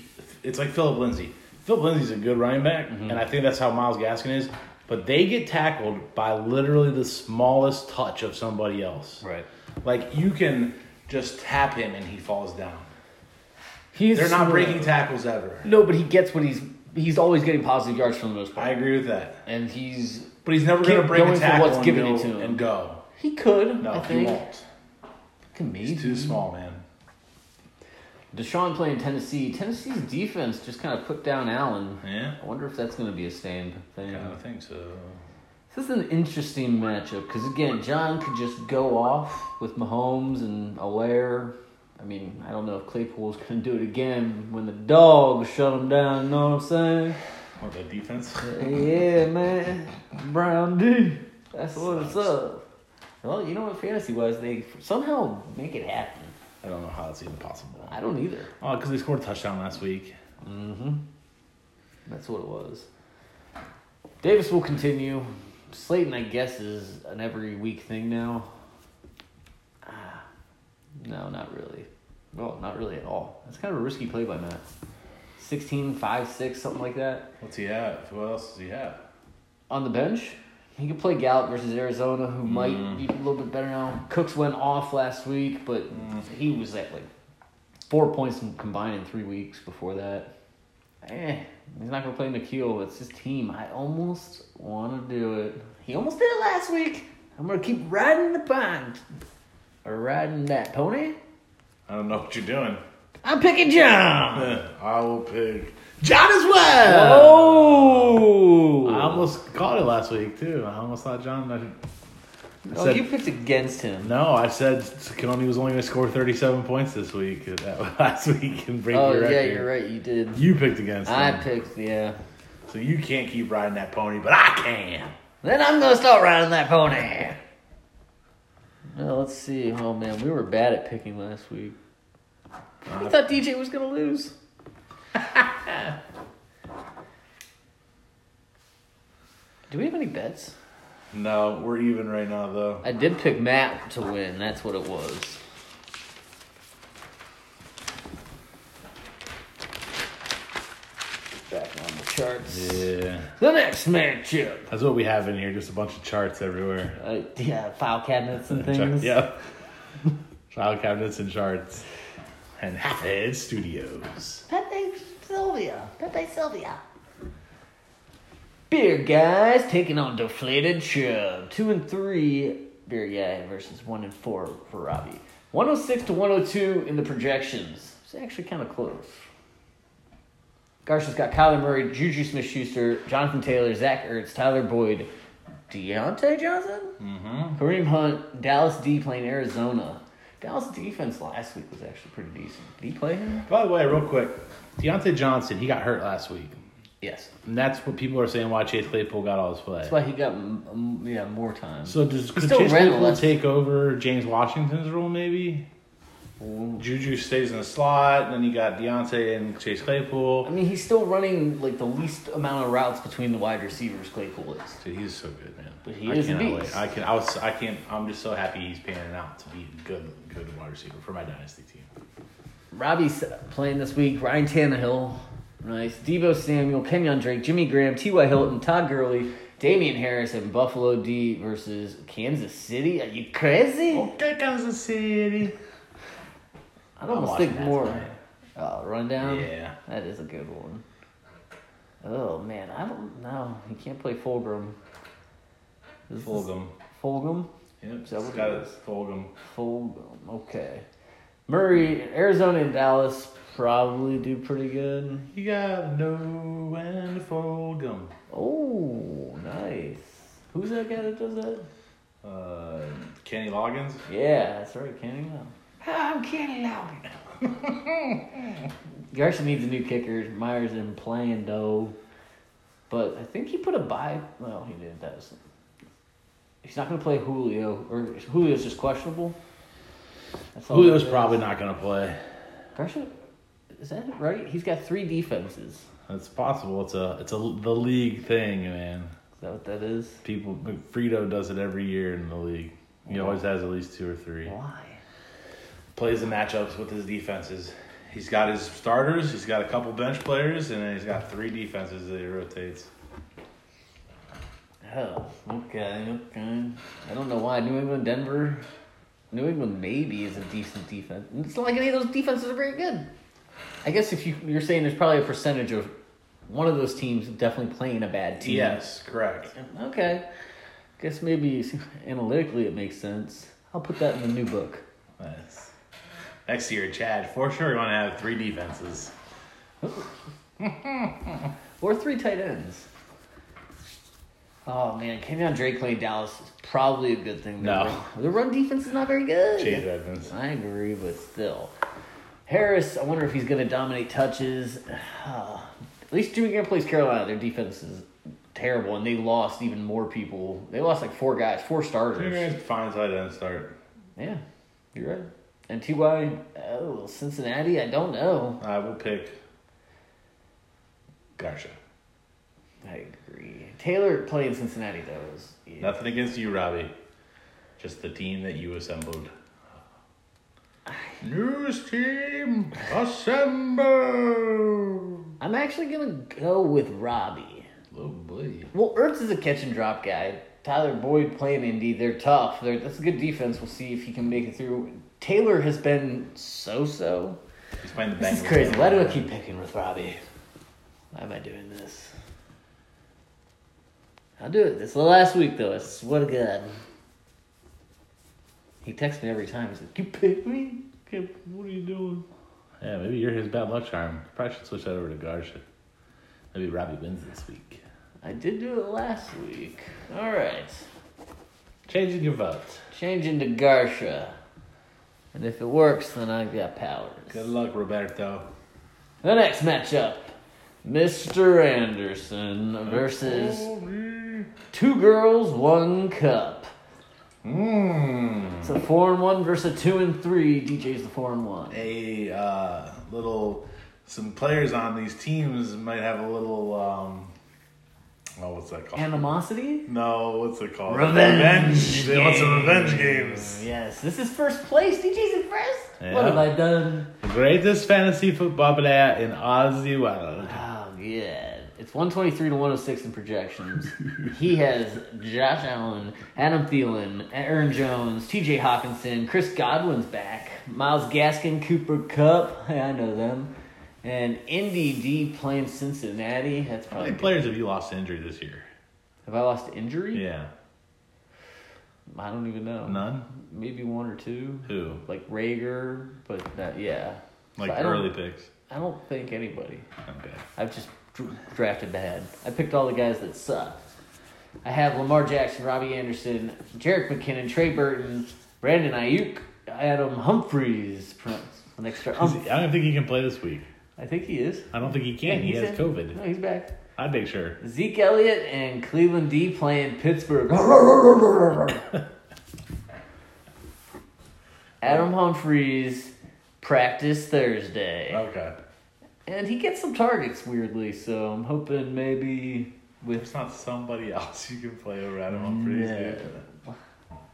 S3: it's like Philip Lindsay. Philip Lindsay's a good running back,
S2: Mm-hmm.
S3: and I think that's how Miles Gaskin is. But they get tackled by literally the smallest touch of somebody else.
S2: right.
S3: Like you can just tap him and he falls down.
S2: He's
S3: They're not breaking tackles ever.
S2: No, but he gets what he's. He's always getting positive yards for the most part,
S3: I agree with that.
S2: and he's
S3: But he's never going
S2: Keep
S3: to break
S2: going
S3: a
S2: for
S3: tackle
S2: what's
S3: and,
S2: given
S3: go,
S2: it to him.
S3: and go.
S2: he could.
S3: No,
S2: I
S3: he
S2: think.
S3: won't.
S2: Can maybe.
S3: He's too small, man.
S2: Deshaun playing Tennessee. Tennessee's defense just kind of put down Allen.
S3: Yeah,
S2: I wonder if that's going to be a stand thing.
S3: I don't think so.
S2: This is an interesting matchup because again, John could just go off with Mahomes and Alaire. I mean, I don't know if Claypool's [laughs] gonna do it again when the dog shut him down. You know what I'm
S3: What the defense?
S2: saying? yeah, man, Brown D. That's what it's up. Well, you know what? Fantasy wise, they somehow make it happen.
S3: I don't know how that's even possible.
S2: I don't either.
S3: Oh, because they scored a touchdown last week.
S2: That's what it was. Davis will continue. Slayton, I guess, is an every week thing now. [sighs] Ah, No, not really. Well, not really at all. That's kind of a risky play by Matt. 16, 5, 6, something like that.
S3: What's he have? What else does he have?
S2: On the bench, he could play Gallup versus Arizona, who might be a little bit better now. Cooks went off last week, but he was at like four points in- combined in three weeks before that. Eh, he's not gonna play McKeel. It's his team. I almost want to do it. He almost did it last week. I'm gonna keep riding the pond, or riding that pony.
S3: I don't know what you're doing.
S2: I'm picking John.
S3: [laughs] I will pick John as well.
S2: Oh,
S3: I almost caught it last week too. I almost thought John. I, I
S2: oh,
S3: said-
S2: you picked against him.
S3: no, I said Coney was only going to score 37 points this week. [laughs] That was last week and break
S2: Oh
S3: your record.
S2: yeah, you're right. You did.
S3: You picked against
S2: I
S3: him,
S2: picked, yeah.
S3: so you can't keep riding that pony, but I can.
S2: Then I'm gonna start riding that pony. Well, let's see. Oh man, we were bad at picking last week. We thought DJ was gonna lose. [laughs] Do we have any bets?
S3: No, we're even right now though.
S2: I did pick Matt to win. That's what it was. Back on the charts.
S3: Yeah,
S2: The next matchup.
S3: that's what we have in here. Just a bunch of charts everywhere.
S2: Uh, yeah, file cabinets and
S3: Check-
S2: things.
S3: Yep. [laughs] File cabinets and charts. And Halfhead Studios.
S2: Pepe Sylvia. Pepe Sylvia. Beer guys taking on deflated chub. Two and three beer guy versus one and four for Robbie. 106 to 102 in the projections. It's actually kind of close. Garcia's got Kyler Murray, Juju Smith Schuster, Jonathan Taylor, Zach Ertz, Tyler Boyd, Deontay Johnson? Mm-hmm. Kareem Hunt, Dallas D playing Arizona. Dallas defense last week was actually pretty decent. Did he play him?
S3: By the way, real quick, Deontay Johnson, he got hurt last week.
S2: Yes.
S3: And that's what people are saying why Chase Claypool got all his play.
S2: That's why he got m- m- yeah more time.
S3: So does could
S2: still
S3: Chase
S2: ran
S3: Claypool
S2: less.
S3: take over James Washington's role maybe? Juju stays in the slot. Then you got Deontay and Chase
S2: I
S3: Claypool.
S2: mean, he's still running like the least amount of routes between the wide receivers Claypool is.
S3: Dude, he's so good, man.
S2: But he
S3: I
S2: is a
S3: cannot
S2: beast.
S3: Wait. I can. I was. I can't. I'm just so happy he's panning out to be a good, good wide receiver for my dynasty team.
S2: Robbie's playing this week. Ryan Tannehill, nice. Debo Samuel, Kenyon Drake, Jimmy Graham, T.Y. Hilton, Todd Gurley, Damian Harris, and Buffalo D versus Kansas City. Are you crazy?
S3: Okay, Kansas City.
S2: I don't
S3: Oh, I'm
S2: think
S3: watching that
S2: more.
S3: tonight.
S2: Oh, rundown.
S3: Yeah.
S2: that is a good one. Oh man, I don't know. You can't play Fulgrim. This is-
S3: Fulgham.
S2: Fulgham.
S3: Yep.
S2: that what
S3: got
S2: it
S3: it. Fulgham.
S2: Fulgham. Okay. Murray, Arizona, and Dallas probably do pretty good.
S3: You got no when to fold 'em.
S2: Oh, nice. Who's that guy that does that?
S3: Uh, Kenny Loggins.
S2: Yeah, that's right, Kenny Logan. I'm Kenny Logan. [laughs] Garcia needs a new kicker. Myers isn't playing though, but I think he put a bye. Well, he did. That was. He's not going to play Julio, or Julio's just questionable. That's all
S3: Julio's
S2: it is.
S3: probably not gonna play.
S2: Garcia, is that right? He's got three defenses.
S3: It's possible. It's a. It's a the league thing, man.
S2: Is that what that is?
S3: People. Frito does it every year in the league. He always has at least two or three.
S2: Why?
S3: Plays the matchups with his defenses. He's got his starters. He's got a couple bench players, and then he's got three defenses that he rotates.
S2: Oh, okay, okay. I don't know why New England, Denver, New England maybe is a decent defense. It's not like any of those defenses are very good. I guess if you you're saying there's probably a percentage of one of those teams definitely playing a bad team.
S3: Yes, correct.
S2: Okay. Guess maybe [laughs] analytically it makes sense. I'll put that in the new book.
S3: Nice. Next year, Chad, for sure, you want to have three defenses.
S2: Or three tight ends. Oh man, Kenyon Drake playing Dallas is probably a good thing.
S3: No.
S2: The run defense is not very good.
S3: Chase Edmonds.
S2: I agree, but still. Harris, I wonder if he's going to dominate touches. [sighs] at least Jimmy Graham plays Carolina. Their defense is terrible, and they lost even more people. They lost like four guys, four
S3: You're
S2: starters.
S3: gonna find side end start.
S2: Yeah, you're right. And Ty, oh Cincinnati, I don't know.
S3: I will pick Garcia.
S2: I agree. Taylor playing Cincinnati though is yeah.
S3: Nothing against you, Robbie. Just the team that you assembled. News team assemble.
S2: I'm actually gonna go with Robbie.
S3: Oh boy.
S2: Well, Ertz is a catch and drop guy. Tyler Boyd playing Indy, they're tough. They're, that's a good defense. We'll see if he can make it through. Taylor has been so so.
S3: He's playing the
S2: This
S3: Bengals.
S2: is crazy. Why do I keep picking with Robbie? Why am I doing this? I'll do it. This is the last week though. I swear to God. He texts me every time. He's like, "You pick me? Okay, What are you doing?"
S3: Yeah, maybe you're his bad luck charm. Probably should switch that over to Garcia. Maybe Robbie wins this week.
S2: I did do it last week. All right.
S3: Changing your vote.
S2: Changing to Garsha. And if it works, then I've got powers.
S3: Good luck, Roberto.
S2: The next matchup Mr. Anderson versus Two Girls, One Cup.
S3: Mmm.
S2: It's a 4 and 1 versus a 2 and 3. DJ's the 4 and 1.
S3: a uh, little some players on these teams might have a little um oh what's that called
S2: Animosity?
S3: no what's it called
S2: Revenge
S3: they want some revenge
S2: Oh,
S3: games
S2: Yes, this is first place. DJ's in first. What
S3: Yeah.
S2: have I done?
S3: the greatest fantasy football player in Aussie world
S2: Oh, yeah. It's 123 to 106 in
S3: [laughs]
S2: projections. he has Josh Allen, Adam Thielen, Aaron Jones, TJ Hawkinson, Chris Godwin's back, Miles Gaskin, Cooper Cup. [laughs] I know them. And NDD playing Cincinnati. That's
S3: how
S2: probably.
S3: many players have you lost to injury this year
S2: Have I lost to injury?
S3: yeah
S2: I don't even know.
S3: none
S2: Maybe one or two.
S3: who
S2: Like Rager, but that, yeah.
S3: like
S2: So I don't-
S3: early picks
S2: I don't think anybody.
S3: okay
S2: I've just dr- drafted bad. I picked all the guys that suck. I have Lamar Jackson, Robbie Anderson, Jarek McKinnon, Trey Burton, Brandon Ayuk, Adam Humphreys. Pronounce the next start.
S3: Is he- I don't think he can play this week
S2: I think he is.
S3: I don't think he can
S2: Yeah,
S3: he
S2: he's
S3: has
S2: in.
S3: COVID
S2: No, he's back.
S3: I'd make sure
S2: Zeke Elliott and Cleveland D playing
S3: [laughs]
S2: Pittsburgh. Adam Humphreys, practice Thursday.
S3: Okay.
S2: And he gets some targets weirdly, so I'm hoping maybe with
S3: It's not somebody else you can play over Adam Humphries.
S2: No.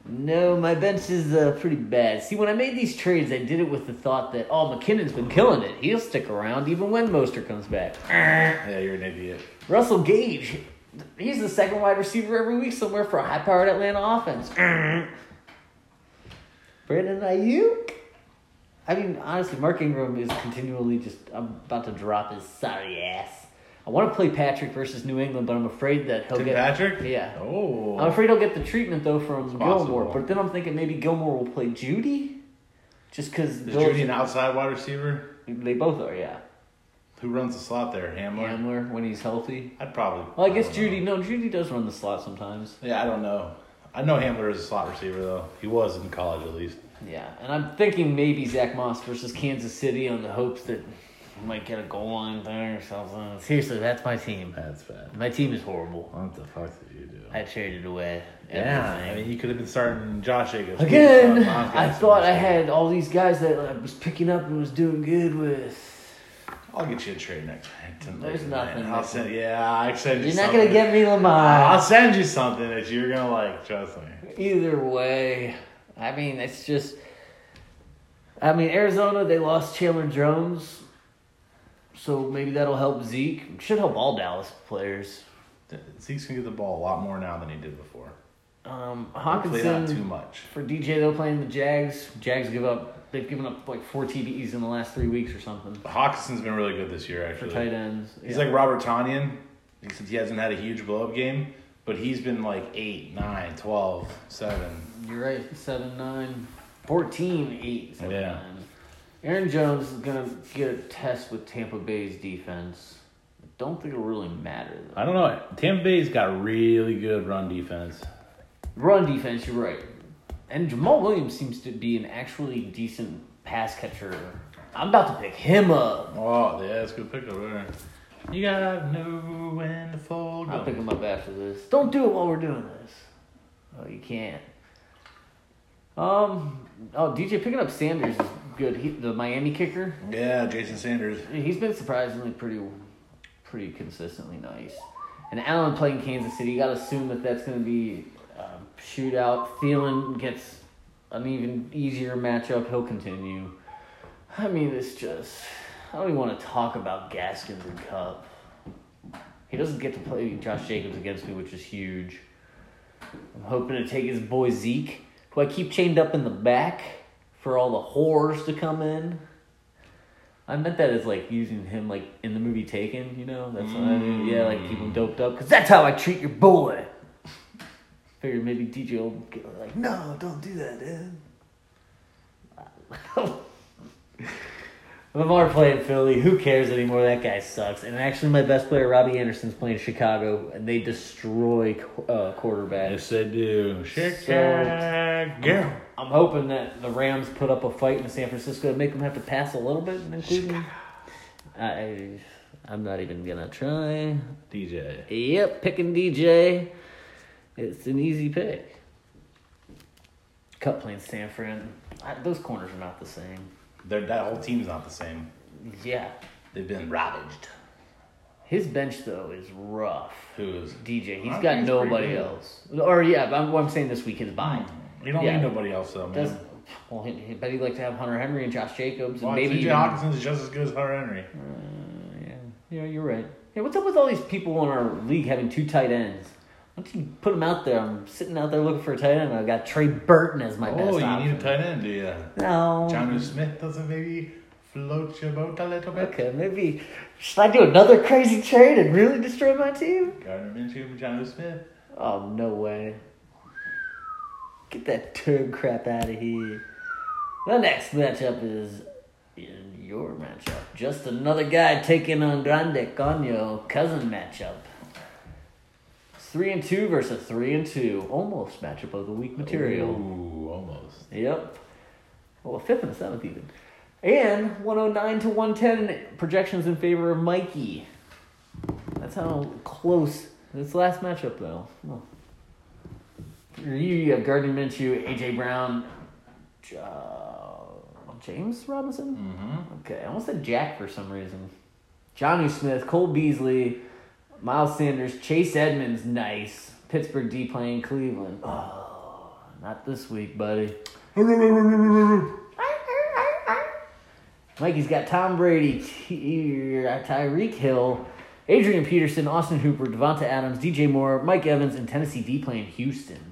S2: No, my bench is uh, pretty bad. See, when I made these trades, I did it with the thought that, oh, McKinnon's been killing it. He'll stick around even when Moster comes back.
S3: Yeah, you're an idiot.
S2: Russell Gage, he's the second wide receiver every week somewhere for a high powered Atlanta offense. Brandon Ayuk? I mean, honestly, Mark Ingram is continually just I'm about to drop his sorry ass. I want to play Patrick versus New England, but I'm afraid that he'll
S3: Tim
S2: get
S3: Patrick?
S2: Yeah.
S3: Oh.
S2: I'm afraid he'll get the treatment though from Gilmore,
S3: possible.
S2: but then I'm thinking maybe Gilmore will play Judy, just because
S3: Is Judy an outside wide receiver?
S2: they both are, yeah.
S3: Who runs the slot there? Hamler?
S2: Hamler when he's healthy.
S3: I'd probably.
S2: Well, I guess
S3: don't know.
S2: Judy. No, Judy does run the slot sometimes.
S3: Yeah, I don't know. I know Hamler is a slot receiver, though. He was in college, at least.
S2: Yeah, and I'm thinking maybe Zach Moss versus Kansas City on the hopes that we might get a goal line there or something. Seriously, that's my team.
S3: That's bad.
S2: My team is horrible.
S3: What the fuck did you do?
S2: I traded away.
S3: yeah,
S2: everything.
S3: I mean, you could have been starting Josh Jacobs.
S2: Again, I thought I had all these guys that I was picking up and was doing good with.
S3: I'll get you a trade next time.
S2: There's nothing
S3: I'll
S2: next
S3: send, yeah, I send you
S2: You're not gonna
S3: something.
S2: get me
S3: I'll
S2: Lamar.
S3: send you something that you're gonna like. Trust me.
S2: Either way, I mean it's just. I mean Arizona, they lost Chandler Jones, so maybe that'll help Zeke. Should help all Dallas players.
S3: Zeke's gonna get the ball a lot more now than he did before.
S2: Um,
S3: Hopefully not too
S2: Hawkinson
S3: much.
S2: for DJ though playing the Jags. Jags give up. They've given up like four TDs in the last three weeks or something
S3: Hawkinson's been really good this year,
S2: for
S3: actually.
S2: tight ends.
S3: He's
S2: Yeah.
S3: like Robert Tanyan, except he hasn't had a huge blow up game, but he's been like 8, 9, 12, 7.
S2: You're right. 7 9. 14 8. Seven,
S3: Yeah.
S2: nine. Aaron Jones is going to get a test with Tampa Bay's defense. I don't think it'll really matter, though.
S3: I don't know. Tampa Bay's got a really good run defense.
S2: Run defense, you're right. And Jamal Williams seems to be an actually decent pass catcher. I'm about to pick him up.
S3: Oh, yeah, that's a good pickup there. You gotta know when to fold.
S2: I'll pick him
S3: them.
S2: up after this. Don't do it while we're doing this. Oh, you can't. Um. Oh, DJ picking up Sanders is good. He, the Miami kicker.
S3: Yeah, Jason Sanders.
S2: He's been surprisingly pretty, pretty consistently nice. And Allen playing Kansas City, you got to assume that that's going to be a shootout. Thielen gets an even easier matchup. He'll continue. I mean, it's just I don't even want to talk about Gaskins and Cup. He doesn't get to play Josh Jacobs against me, which is huge. I'm hoping to take his boy Zeke, who I keep chained up in the back for all the whores to come in. I meant that as like using him like in the movie Taken, you know? That's what I mean. Yeah, like keep him doped up, because that's how I treat your boy. Figured maybe DJ will get like, no, don't do that, dude. Lamar playing Philly. Who cares anymore? That guy sucks. And actually, my best player, Robbie Anderson's playing Chicago, and they destroy uh, quarterbacks.
S3: Yes, they do.
S2: Chicago. I'm hoping that the Rams put up a fight in San Francisco and make them have to pass a little bit, and including. I, I'm not even gonna try.
S3: DJ.
S2: Yep, picking DJ. It's an easy pick. Cut playing Sanfran. I, those corners are not the same.
S3: They're, that whole team's not the same.
S2: Yeah,
S3: They've been ravaged.
S2: his bench though is rough.
S3: Who is?
S2: DJ,
S3: I
S2: he's
S3: think
S2: got
S3: he's
S2: nobody
S3: pretty good. Hmm,
S2: else. Or yeah, but I'm, what I'm saying this week is bye.
S3: You don't
S2: Yeah.
S3: need nobody else, though, man.
S2: Does well, he, he, but he'd like to have Hunter Henry and Josh Jacobs and
S3: Well,
S2: maybe.
S3: T.J.
S2: even-
S3: Hawkinson's just as good as Hunter Henry.
S2: yeah, yeah, you're right. Hey, what's up with all these people in our league having two tight ends? Why don't you put them out there? I'm sitting out there looking for a tight end. I've got Trey Burton as my best
S3: Oh, you
S2: option.
S3: need a tight end, do you?
S2: No.
S3: John Smith doesn't maybe float your boat a little bit.
S2: Okay, maybe should I do another crazy trade and really destroy my team?
S3: Gardner Minshew and John Smith.
S2: Oh no way! Get that turd crap out of here. The next matchup is in your matchup. Just another guy taking on Grande Conyo cousin matchup. It's three and two versus three and two. Almost matchup of the week material.
S3: Ooh, almost.
S2: Yep. Well, fifth and seventh even. And 109 to 110 projections in favor of Mikey. That's how close this last matchup, though. Huh. You you have Gardner Minshew, AJ Brown. Uh, I'm James Robinson? Mm-hmm. Okay, I almost said Jack for some reason. Johnny Smith, Cole Beasley, Miles Sanders, Chase Edmonds, nice. Pittsburgh D playing Cleveland. Oh, not this week, buddy. Mikey's got Tom Brady, Ty- Tyreek Hill, Adrian Peterson, Austin Hooper, Devonta Adams, DJ Moore, Mike Evans, and Tennessee D playing Houston.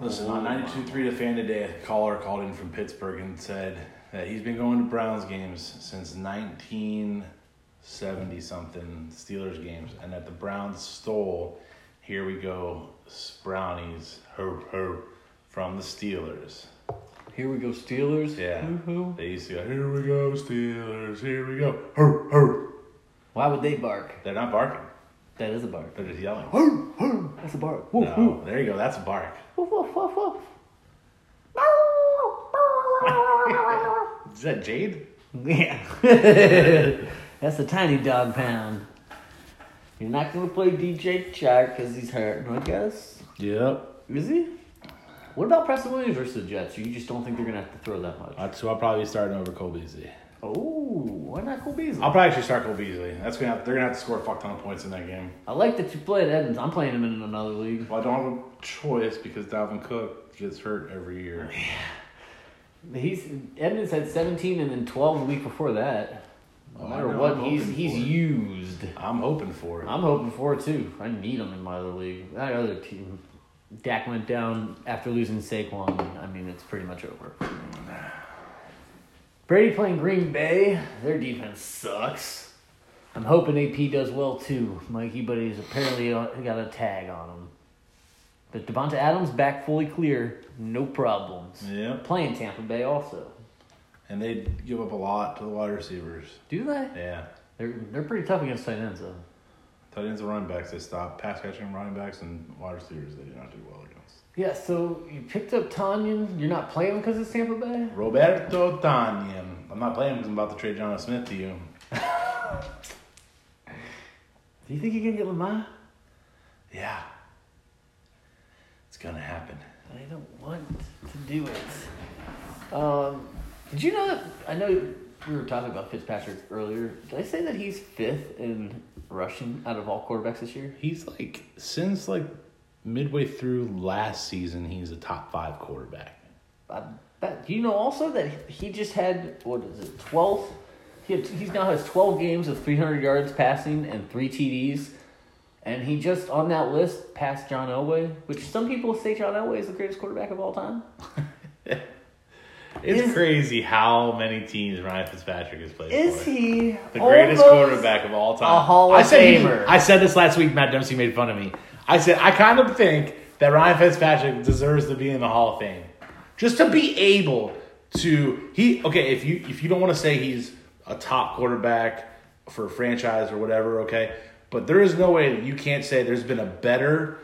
S3: Listen, on 92.3 The Fan today, a caller called in from Pittsburgh and said that he's been going to Browns games since 1970 something, Steelers games, and that the Browns stole Here We Go Brownies her, her, from the Steelers.
S2: Here we go, Steelers.
S3: Yeah.
S2: Woo-hoo.
S3: They used to go, Here we go, Steelers, here we go. Her, her.
S2: Why would they bark?
S3: They're not barking,
S2: That is a bark.
S3: they're just yelling.
S2: That's a bark. Woof, woof.
S3: No, there you go, that's a bark.
S2: Woof, woof, woof, woof.
S3: Is that Jade?
S2: Yeah. [laughs] That's a tiny dog pound. You're not gonna play DJ Chark because he's hurt, I guess.
S3: Yep.
S2: Is he? What about Preston Williams versus the Jets? You just don't think they're gonna have to throw that much.
S3: That's who I'll probably be starting over Cole Beasley.
S2: Oh, why not Cole Beasley?
S3: I'll probably actually start Cole Beasley. That's gonna have, they're gonna have to score a fuck ton of points in that game.
S2: I like that you played Evans. I'm playing him in another league.
S3: Well, I don't have a choice because Dalvin Cook gets hurt every year.
S2: He's Evans had 17 and then 12 the week before that. No
S3: Oh, I
S2: matter
S3: know,
S2: what,
S3: I'm
S2: he's
S3: hoping
S2: he's
S3: for it.
S2: used.
S3: I'm hoping for it.
S2: I'm hoping for it too. I need him in my other league. That other team, Dak went down after losing Saquon. I mean, it's pretty much over. Brady playing Green Bay. Their defense sucks. I'm hoping AP does well too, Mikey, but he's apparently uh, got a tag on him. But Devonta Adams back fully clear, no problems.
S3: Yep.
S2: Playing Tampa Bay also.
S3: And they give up a lot to the wide receivers.
S2: Do they?
S3: Yeah.
S2: They're they're pretty tough against tight ends though.
S3: Tight ends and running backs, they stop. Pass catching running backs and wide receivers, they do not do well against.
S2: Yeah, so you picked up Tanyan. You're not playing because it's Tampa Bay.
S3: Roberto Tanyan. I'm not playing because I'm about to trade John Smith to you.
S2: Do you think you can get Lamar?
S3: Yeah. It's gonna happen.
S2: I don't want to do it. Um, did you know that? I know we were talking about Fitzpatrick earlier. Did I say that he's fifth in rushing out of all quarterbacks this year?
S3: He's like since like midway through last season, he's a top five quarterback.
S2: I bet. Do you know also that he just had what is it, twelve? He had, he's now has twelve games of three hundred yards passing and three TDs, and he just on that list passed John Elway, which some people say John Elway is the greatest quarterback of all time.
S3: It's
S2: Is-
S3: crazy how many teams Ryan Fitzpatrick has played.
S2: Is
S3: for.
S2: he
S3: the
S2: almost-
S3: greatest quarterback of all time?
S2: a Hall of
S3: I said he-
S2: Famer?
S3: I said this last week. Matt Dempsey made fun of me. I said I kind of think that Ryan Fitzpatrick deserves to be in the Hall of Fame, just to be able to he okay. If you if you don't want to say he's a top quarterback for a franchise or whatever, okay, but there is no way that you can't say there's been a better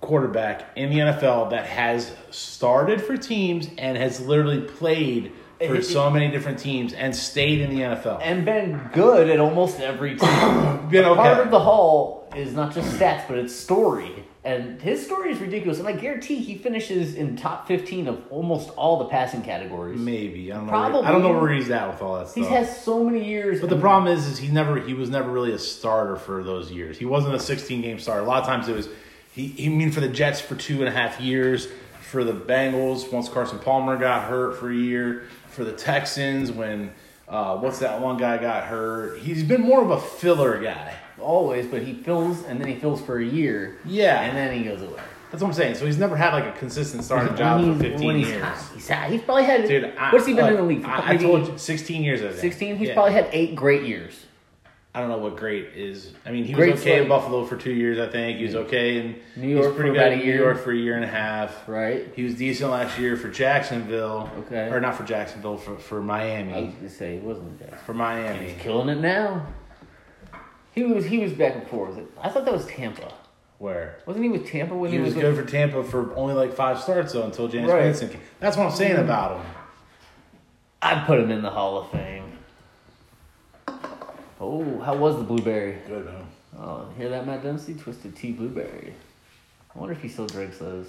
S3: quarterback in the NFL that has started for teams and has literally played for so many different teams and stayed in the NFL.
S2: and been good at almost
S3: [laughs]
S2: every team.
S3: Been okay.
S2: Part of the hall is not just stats, but it's story. And his story is ridiculous. And I guarantee he finishes in top 15 of almost all the passing categories.
S3: Maybe I don't know.
S2: Probably.
S3: Where, I don't know where he's at with all that
S2: He's
S3: stuff.
S2: had so many years.
S3: but the problem is, is he never he was never really a starter for those years. He wasn't a 16 game starter. A lot of times it was he. he I mean for the Jets for two and a half years, for the Bengals once Carson Palmer got hurt for a year, for the Texans when uh, what's that one guy got hurt. He's been more of a filler guy.
S2: always, but he fills and then he fills for a year.
S3: Yeah.
S2: And then he goes away.
S3: That's what I'm saying. So he's never had like a consistent starting job
S2: When
S3: for
S2: he's-
S3: 15
S2: when he's
S3: years.
S2: hot, he's hot. He's probably had.
S3: Dude, I,
S2: what's he been
S3: look,
S2: in the league? For?
S3: I, I
S2: Maybe
S3: told you, 16 years. I think.
S2: 16? He's
S3: Yeah.
S2: probably had eight great years.
S3: I don't know what great is. I mean, he
S2: Great's
S3: was okay
S2: like-
S3: in Buffalo for two years, I think. He was okay in
S2: New
S3: he was
S2: York
S3: pretty
S2: for
S3: good
S2: about
S3: in
S2: a
S3: New
S2: year.
S3: York for a year and a half.
S2: Right.
S3: He was decent last year for Jacksonville.
S2: Okay.
S3: Or not for Jacksonville, for, for Miami.
S2: I was going to say, he wasn't that.
S3: For Miami.
S2: He's killing it now. He was he was back and forth. I thought that was Tampa.
S3: Where?
S2: Wasn't he with Tampa when
S3: He
S2: he,
S3: was
S2: with-
S3: good for Tampa for only like five starts, though, until James
S2: Right. Mm-hmm.
S3: Winston came. That's what I'm saying about him.
S2: I'd put him in the Hall of Fame. Oh, how was the blueberry?
S3: Good, man.
S2: Oh, hear that, Matt Dempsey? Twisted Tea Blueberry. I wonder if he still drinks those.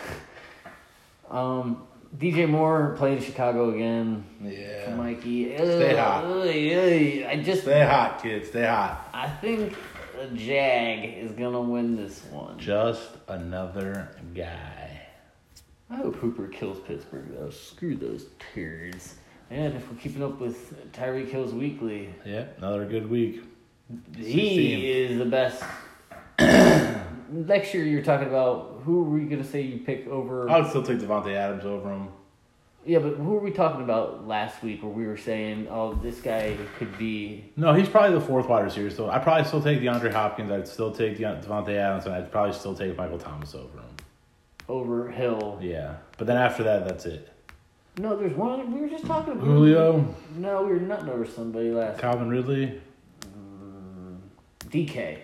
S2: [laughs] um, DJ Moore playing Chicago again.
S3: Yeah.
S2: Mikey,
S3: Stay
S2: ugh,
S3: hot.
S2: ugh, ugh. I just,
S3: Stay hot, kids. Stay hot.
S2: I think the Jag is gonna win this one.
S3: Just another guy.
S2: I hope Hooper kills Pittsburgh though. Screw those turds. And if we're keeping up with Tyreek Hill's weekly,
S3: Yeah, another good week.
S2: he is the best. Next year, you're talking about who are we gonna say you pick over?
S3: I would still take Devontae Adams over him.
S2: Yeah, but who were we talking about last week where we were saying, oh, this guy could be.
S3: No, he's probably the fourth wide receiver. So I'd probably still take DeAndre Hopkins. I'd still take Deon- Devontae Adams, and I'd probably still take Michael Thomas over him.
S2: Over Hill.
S3: Yeah, but then after that, that's it.
S2: No, there's one. We were just talking about
S3: Julio,
S2: No, we were nutting over somebody last.
S3: Calvin Ridley.
S2: DK.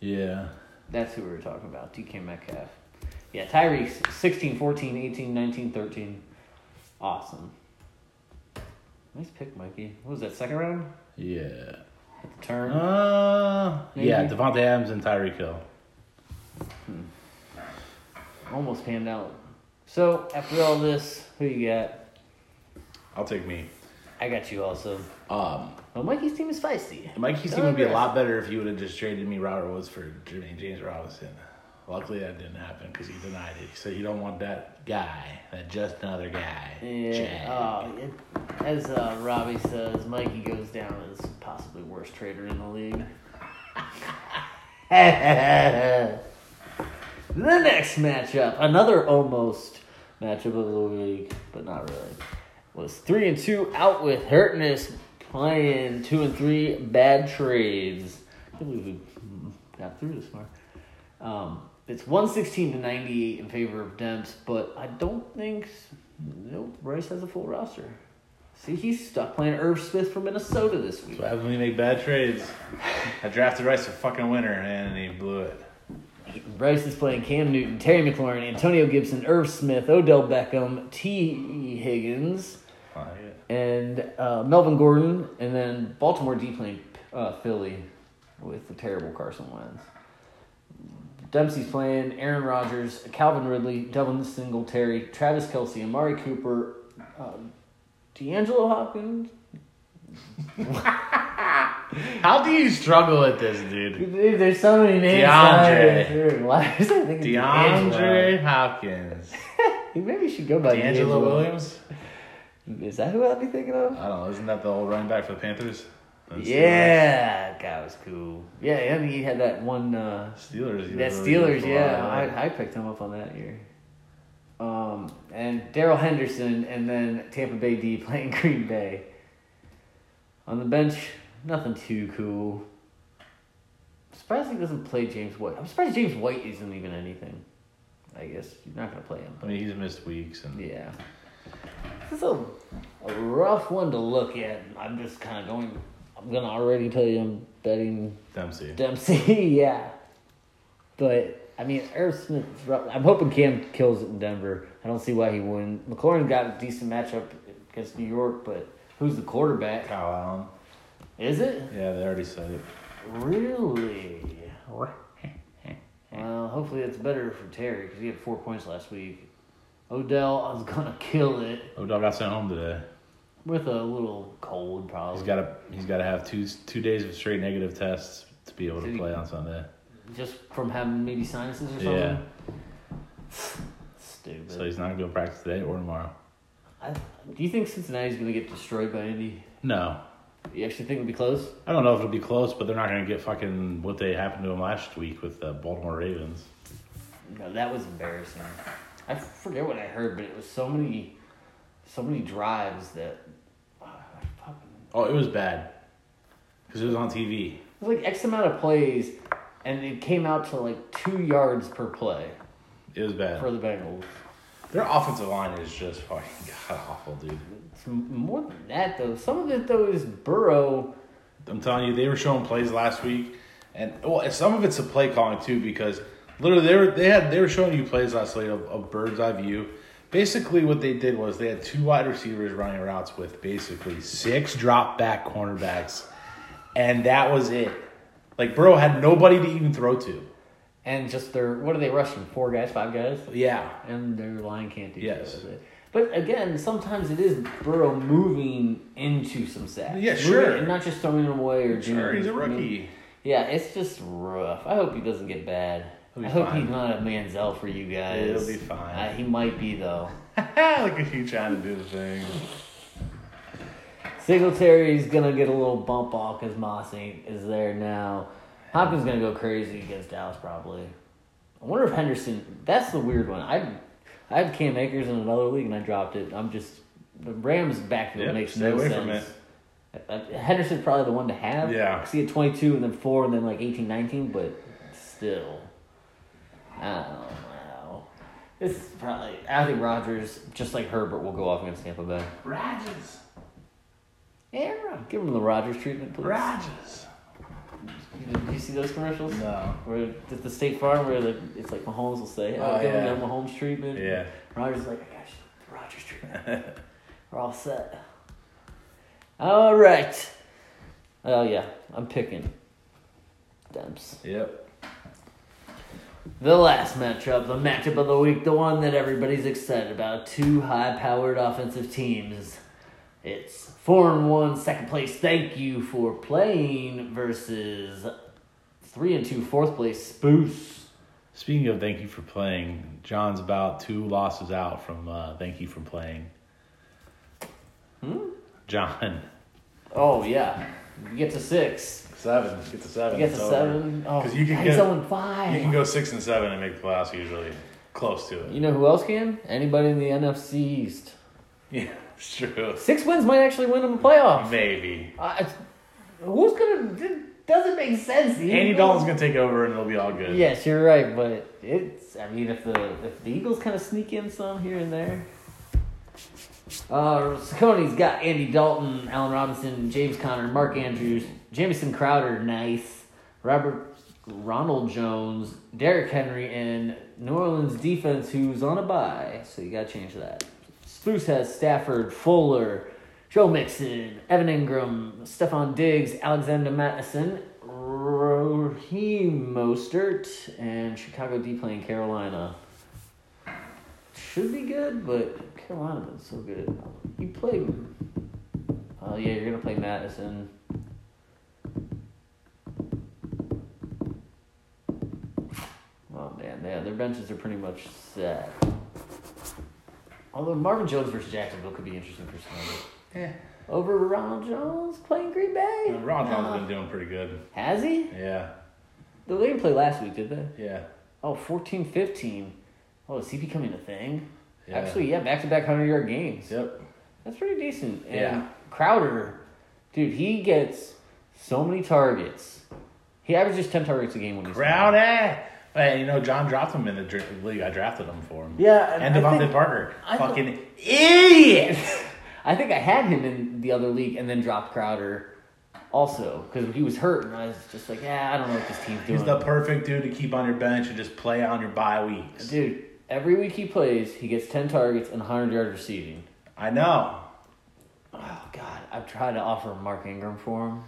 S3: Yeah,
S2: That's who we were talking about. DK Metcalf. Yeah, Tyrese. 16, 14, 18, 19, 13. Awesome. Nice pick, Mikey. What was that, second round?
S3: yeah.
S2: At the turn?
S3: Uh-huh. Uh, yeah,
S2: Maybe.
S3: Devontae Adams and Tyreek Hill.
S2: Almost panned out. So, after all this, who you got?
S3: I'll take me.
S2: I got you also.
S3: Um,
S2: Well, Mikey's team is feisty.
S3: Mikey's team would be a lot better if you would have just traded me Robert Woods for Jermaine James Robinson. Luckily, that didn't happen because he denied it. He said you don't want that guy, that just another guy. Jag.
S2: Yeah. Oh, it, as uh, Robbie says, Mikey goes down as possibly worst trader in the league. [laughs] the next matchup, another almost matchup of the week, but not really, was three and two out with Hurtness playing two and three bad trades. I can't believe we got through this far. Um, it's 116 to 98 in favor of Demps, but I don't think. Nope, Bryce has a full roster. See, he's stuck playing Irv Smith for Minnesota this week.
S3: So I only make bad trades. I drafted Rice a fucking winner and he blew it.
S2: Bryce is playing Cam Newton, Terry McLaurin, Antonio Gibson, Irv Smith, Odell Beckham, T. E Higgins, and uh, Melvin Gordon, and then Baltimore D playing uh, Philly with the terrible Carson Wentz. Dempsey's playing Aaron Rodgers, Calvin Ridley, Devin Singletary, Travis Kelsey, Amari Cooper, um, D'Angelo Hopkins.
S3: How do you struggle at this, dude?
S2: Dude, there's so many names.
S3: DeAndre.
S2: Dude, [laughs] Why is I thinking DeAndre?
S3: DeAndre Hopkins.
S2: Maybe you should go by
S3: D'Angelo
S2: D'Angelo.
S3: Williams?
S2: Is that who I'll be thinking of?
S3: I don't know. Isn't that the old running back for the Panthers? And
S2: Yeah, that guy was cool. Yeah, I mean, he had that one. Uh,
S3: Steelers. Steelers. he
S2: that
S3: was really good
S2: Steelers,
S3: for a
S2: yeah,
S3: while.
S2: I, I picked him up on that year. Um, and Daryl Henderson, and then Tampa Bay D [laughs] playing Green Bay. On the bench, nothing too cool. Surprised he doesn't play James White. I'm surprised James White isn't even anything. I guess you're not gonna play him.
S3: I mean, he's missed weeks and
S2: Yeah. This is a, a rough one to look at. I'm just kind of going, I'm going to already tell you I'm betting
S3: Dempsey.
S2: [laughs] Dempsey, yeah. But, I mean, Irv Smith, I'm hoping Cam kills it in Denver. I don't see why he wouldn't. McLaurin got a decent matchup against New York, but who's the quarterback?
S3: Kyle Allen.
S2: Is it?
S3: Yeah, they already said it.
S2: Really? [laughs] Well, hopefully it's better for Terry because he had four points last week. Odell, I [laughs] was going to kill it.
S3: Odell got Oh, sent home today.
S2: With a little cold, probably.
S3: He's got to he's got to have two two days of straight negative tests to be able to play on Sunday.
S2: just from having maybe sinuses or something.
S3: Yeah,
S2: [sighs] Stupid.
S3: so he's not going to practice today or tomorrow.
S2: I, do you think Cincinnati's going to get destroyed by Indy?
S3: No,
S2: You actually think it'll be close?
S3: I don't know if it'll be close, but they're not going to get fucking what they happened to him last week with the Baltimore Ravens.
S2: No, that was embarrassing. I forget what I heard, but it was so many, so many drives that. ah, I fucking-
S3: Oh, it was bad because it was on TV.
S2: It was like X amount of plays, and it came out to like two yards per play
S3: It was bad.
S2: for the Bengals.
S3: Their offensive line is just fucking [laughs] god awful, dude.
S2: It's m- more than that, though. Some of it, though, is Burrow.
S3: I'm telling you, they were showing plays last week, and well, and some of it's a play calling too because literally they were they had they were showing you plays last night of, of bird's eye view. Basically, what they did was they had two wide receivers running routes with basically six drop back cornerbacks, and that was it. Like Burrow had nobody to even throw to.
S2: And just their what are they rushing? Four guys, five guys?
S3: Yeah,
S2: and their line can't do
S3: Yes.
S2: shit with it. But again, sometimes it is Burrow moving into some sacks.
S3: Yeah,
S2: Moving-
S3: sure.
S2: And not just throwing them away or doing.
S3: Sure, he's a
S2: I mean,
S3: rookie.
S2: yeah, it's just rough. I hope he doesn't get bad.
S3: He'll be
S2: I hope
S3: fine.
S2: he's not a Manziel for you guys.
S3: He'll be fine.
S2: Uh, he might be though.
S3: [laughs] Look at you trying to do the thing.
S2: Singletary's gonna get a little bump off because Moss ain't is there now. Hopkins gonna go crazy against Dallas probably. I wonder if Henderson. That's the weird one. I I had Cam Akers in another league and I dropped it. I'm just the Rams backfield
S3: Yep,
S2: makes
S3: stay
S2: no
S3: away
S2: sense.
S3: from
S2: Uh, Henderson's probably the one to have.
S3: Yeah.
S2: Cause he had 22 and then four and then like 18, 19, but still. I don't know. This is probably. I think Rodgers, just like Herbert, will go off against Tampa Bay.
S3: Rodgers.
S2: Yeah, give him the Rogers treatment, please.
S3: Rodgers.
S2: Did you see those commercials?
S3: No.
S2: Where at the State Farm, where the, it's like Mahomes will say, "Oh,
S3: Oh,
S2: give
S3: yeah.
S2: him that Mahomes treatment."
S3: Yeah.
S2: Rogers is like, "I got you, the Rogers treatment. We're all set." All right. Oh yeah, I'm picking. Demps.
S3: Yep.
S2: The last matchup, the matchup of the week, the one that everybody's excited about. Two high powered offensive teams. It's 4 and 1, second place. Thank you for playing versus 3 and 2, fourth place. Spoose.
S3: Speaking of thank you for playing, John's about two losses out from uh, thank you for playing. Hmm? John.
S2: Oh, yeah. You get to 6.
S3: Seven. Get to
S2: You
S3: seven.
S2: get to 7. Oh,
S3: Because you can
S2: he's
S3: get-
S2: 0 and 5.
S3: You can go six and seven and make the playoffs usually. Close to
S2: You
S3: it.
S2: know who else can? Anybody in the NFC East.
S3: Yeah, [laughs] it's true.
S2: Six wins might actually win them a playoff.
S3: Maybe.
S2: Uh, it's- who's going to. Doesn't make sense.
S3: Andy Dalton's gonna take over and it'll be all good.
S2: Yes, you're right, but it's. I mean, if the if the Eagles kind of sneak in some here and there. Uh, Saccone's got Andy Dalton, Allen Robinson, James Conner, Mark Andrews, Jamison Crowder, nice, Robert, Ronald Jones, Derrick Henry, and New Orleans defense who's on a bye, so you gotta change that. Spruce has Stafford, Fuller, Joe Mixon, Evan Ingram, Stefan Diggs, Alexander Mattison, Raheem Mostert, and Chicago D playing Carolina. Should be good, but Carolina been so good. You play. Oh yeah, you're gonna play Madison. Oh man, yeah, their benches are pretty much set. Although Marvin Jones versus Jacksonville could be interesting for some.
S3: Yeah.
S2: Over Ronald Jones playing Green Bay.
S3: And Ron
S2: Nah.
S3: John's been doing pretty good.
S2: Has he?
S3: Yeah.
S2: They didn't play last week, did they?
S3: Yeah.
S2: Oh, 14 15. Oh, is he becoming a thing?
S3: Yeah.
S2: Actually, yeah, back to back 100 yard games.
S3: Yep.
S2: That's pretty decent. And
S3: Yeah.
S2: Crowder, dude, he gets so many targets. He averages 10 targets a game when he's
S3: Crowder. Hey, eh? you know John dropped him in the dr- league. I drafted him for him.
S2: Yeah,
S3: And
S2: I
S3: Devontae
S2: think-
S3: Parker.
S2: I thought-
S3: Fucking idiot.
S2: [laughs] I think I had him in the other league and then dropped Crowder also because he was hurt. And I was just like, yeah, I don't know what this team's doing.
S3: He's the perfect dude to keep on your bench and just play on your bye weeks.
S2: Dude, every week he plays, he gets 10 targets and 100 yard receiving.
S3: I know.
S2: Oh, God. I've tried to offer Mark Ingram for him.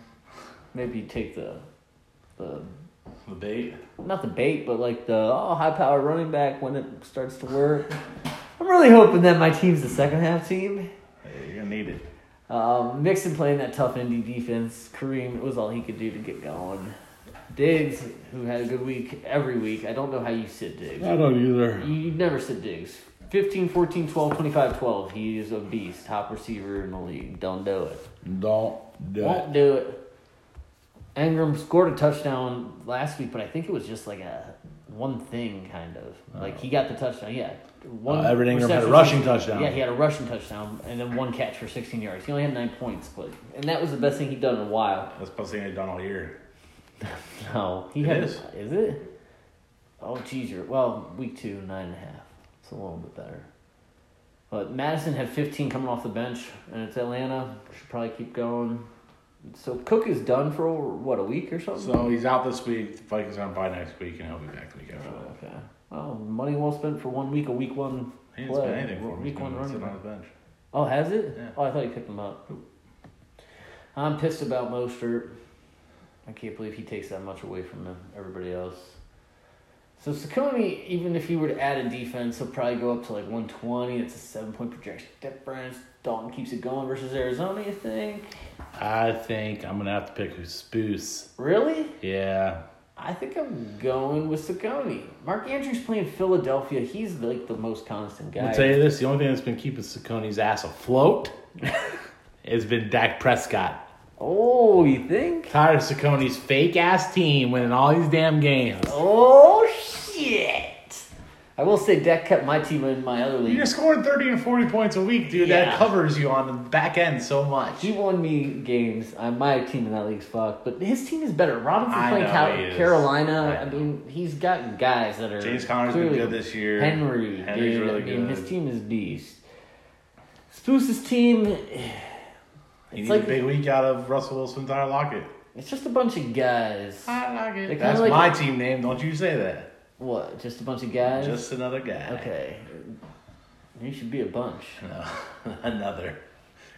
S2: Maybe take the, the
S3: The bait.
S2: not the bait, but like the oh, high power running back when it starts to work. I'm really hoping that my team's the second half team.
S3: Hey, you're gonna need it.
S2: Um, Mixon playing that tough indie defense. Kareem it was all he could do to get going. Diggs, who had a good week every week. I don't know how you sit Diggs.
S3: don't either.
S2: You never sit Diggs. 15, 14, 12, 25, 12. He is a beast. Top receiver in the league. Don't do it.
S3: Don't do
S2: Won't do it. Ingram scored a touchdown last week, but I think it was just like a one thing kind of. Like he got the touchdown, yeah. One
S3: Uh, Everett Oh. Ingram had a
S2: reception-
S3: rushing touchdown.
S2: Yeah, he had a rushing touchdown and then one catch for 16 yards. He only had nine points, but and that was the best thing he'd done in a while.
S3: That's the best thing I've done all year.
S2: No, he
S3: It
S2: had
S3: is.
S2: is it? Oh, geez, you're well week two nine and a half. It's a little bit better. But Madison had 15 coming off the bench, and it's Atlanta. Should probably keep going. So Cook is done for what a week or something.
S3: So he's out this week. The Vikings are on bye next week, and he'll be back the week after that.
S2: okay. Well, money well spent for one week. A week one.
S3: He didn't
S2: play.
S3: spend anything for him. He's
S2: Week one
S3: been
S2: running
S3: sitting
S2: back.
S3: on the bench.
S2: Oh, has it?
S3: Yeah.
S2: Oh, I thought you picked him up. I'm pissed about Mostert. I can't believe he takes that much away from him- everybody else. So Sakoni, even if he were to add a defense, he'll probably go up to like 120. That's a seven point projection difference. Dalton keeps it going versus Arizona, you think?
S3: I think I'm gonna have to pick Spoos.
S2: Really?
S3: Yeah,
S2: I think I'm going with Sakoni. Mark Andrews playing Philadelphia. He's like the most constant guy.
S3: I'll tell you this: the only thing that's been keeping Sacconi's ass afloat [laughs] has been Dak Prescott.
S2: Oh, you think?
S3: Tired of Sacconi's fake ass team winning all these damn games.
S2: Oh shit! I will say Dak kept my team in my other league.
S3: You're scoring 30 and 40 points a week, dude.
S2: Yeah.
S3: That covers you on the back end so much.
S2: He won me games. Uh, my team in that league's fucked, but his team is better. Robinson's
S3: I
S2: playing
S3: know
S2: Cal-
S3: he is.
S2: Carolina. I,
S3: I know.
S2: mean, he's got guys that are.
S3: James Conner's been good this year.
S2: Henry,
S3: Henry's
S2: dude.
S3: really
S2: I mean,
S3: good.
S2: his team is beast. Spoose's team,
S3: You
S2: it's
S3: need
S2: like
S3: a big week out of Russell Wilson's Tyler Lockett.
S2: it's just a bunch of guys.
S3: I like
S2: They're
S3: it.
S2: kinda
S3: That's
S2: like-
S3: my team name. Don't you say that.
S2: What? Just a bunch of guys.
S3: Just another guy.
S2: okay. You should be a bunch.
S3: No, [laughs] another.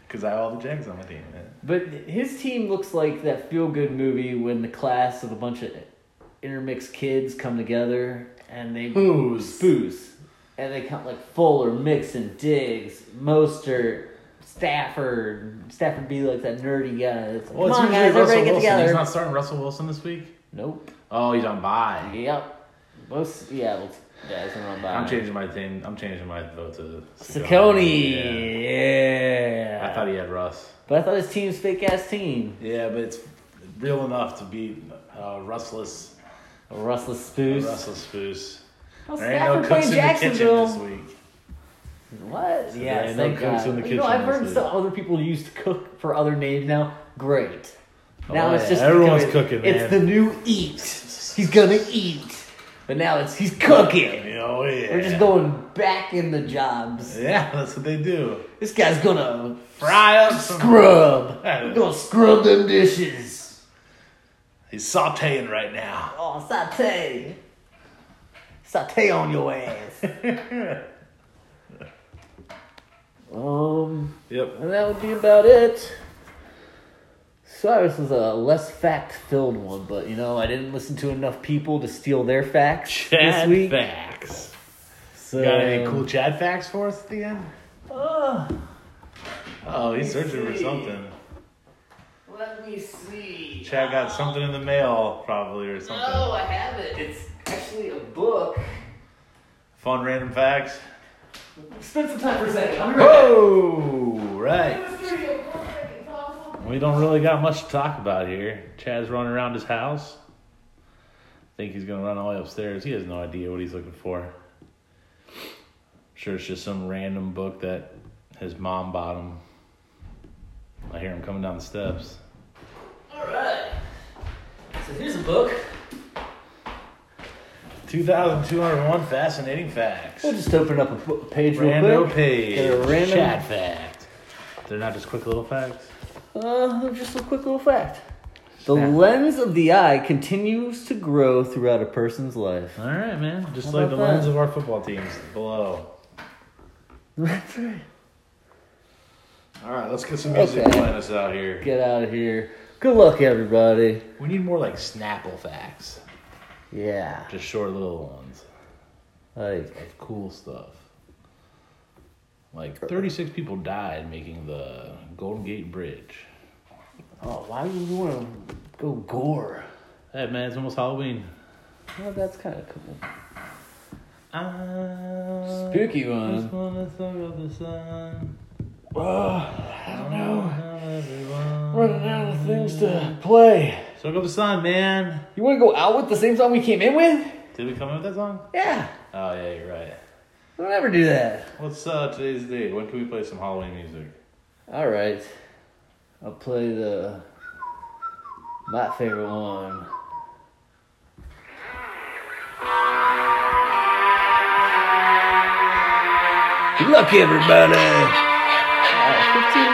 S3: Because I have all the Jags on my team. man.
S2: But his team looks like that feel good movie when the class of a bunch of intermixed kids come together and they
S3: Who's?
S2: spoos. And they count like Fuller, Mixon, Diggs, Mostert, Stafford. Stafford be like that nerdy guy. It's like,
S3: Well, it's
S2: come on,
S3: usually
S2: guys,
S3: Russell
S2: everybody
S3: Wilson.
S2: get together.
S3: He's not starting Russell Wilson this week.
S2: Nope.
S3: Oh, he's on bye.
S2: Yep. Most, yeah, well, yeah, it's not
S3: I'm
S2: bad.
S3: changing my team. I'm changing my vote to
S2: Saccone.
S3: Yeah.
S2: Yeah.
S3: I thought he had Russ.
S2: but I thought his team's fake ass team.
S3: Yeah, but it's real enough to be uh, Rustless,
S2: Russell Spoos.
S3: Rustless Foos.
S2: Well,
S3: There ain't
S2: Stafford
S3: no cooks
S2: playing
S3: in the kitchen
S2: Jacksonville.
S3: this week.
S2: What?
S3: Yeah,
S2: Yeah,
S3: no
S2: thank
S3: cooks
S2: God.
S3: in the
S2: You know,
S3: kitchen,
S2: I've heard
S3: that's
S2: some other people used to cook for other names now. Great. Now
S3: Oh,
S2: it's
S3: yeah,
S2: just
S3: everyone's
S2: becoming-
S3: cooking,
S2: It's
S3: man.
S2: the new eat. He's gonna eat, but now it's he's cooking.
S3: Oh yeah.
S2: We're just going back in the jobs.
S3: Yeah, that's what they do.
S2: This guy's gonna
S3: Fry up some.
S2: scrub. We're gonna scrub them dishes.
S3: He's sautéing
S2: [laughs]
S3: right now.
S2: Oh, saute, saute on your ass. um.
S3: Yep.
S2: And that would be about it. Cyrus was a less fact filled one, but you know, I didn't listen to enough people to steal their facts this
S3: Chad
S2: week.
S3: facts.
S2: So,
S3: Got any cool Chad facts for us at the end?
S2: uh,
S3: Oh, he's searching for
S2: see.
S3: something.
S2: let me see.
S3: Chad got something in the mail, probably, or something.
S2: No, I have it. It's actually a book.
S3: Fun random facts.
S2: Spend some time for a second. I'm right
S3: Whoa! Right.
S2: back. There's a book I can talk about.
S3: We don't really got much to talk about here. Chad's running around his house. think he's gonna run all the way upstairs. He has no idea what he's looking for. Sure, it's just some random book that his mom bought him. I hear him coming down the steps.
S2: All right. So here's a book.
S3: 2,201 fascinating facts.
S2: We'll just open up a book page real
S3: Random
S2: quick.
S3: page.
S2: Get a random-
S3: Chad fact. They're not just quick little facts.
S2: Uh, just a quick little fact. The
S3: Snap.
S2: lens of the eye continues to grow throughout a person's life. [laughs]
S3: All right, man. Just
S2: How
S3: like the
S2: about that?
S3: lens of our football teams below.
S2: That's right.
S3: All right, let's get some
S2: music Okay. playing
S3: us out here.
S2: Get out of here. Good luck, everybody.
S3: We need more like Snapple facts,
S2: Yeah.
S3: just short little ones
S2: Like,
S3: of cool stuff. Like 36 people died making the Golden Gate Bridge.
S2: oh, why would you want to go gore?
S3: Hey man, it's almost Halloween.
S2: Well, that's kind of cool.
S3: I
S2: Spooky
S3: just
S2: one.
S3: wanna suck up the sun.
S2: I don't know. Running
S3: Everyone.
S2: out of things to play.
S3: Suck up the sun, man.
S2: You want to go out with the same song we came in with?
S3: Did we come up with that song?
S2: Yeah.
S3: Oh yeah, you're right.
S2: Don't ever do that.
S3: What's uh, today's date? When can we play some Halloween music?
S2: All right. I'll play the my favorite one. Good luck, everybody. Uh, 15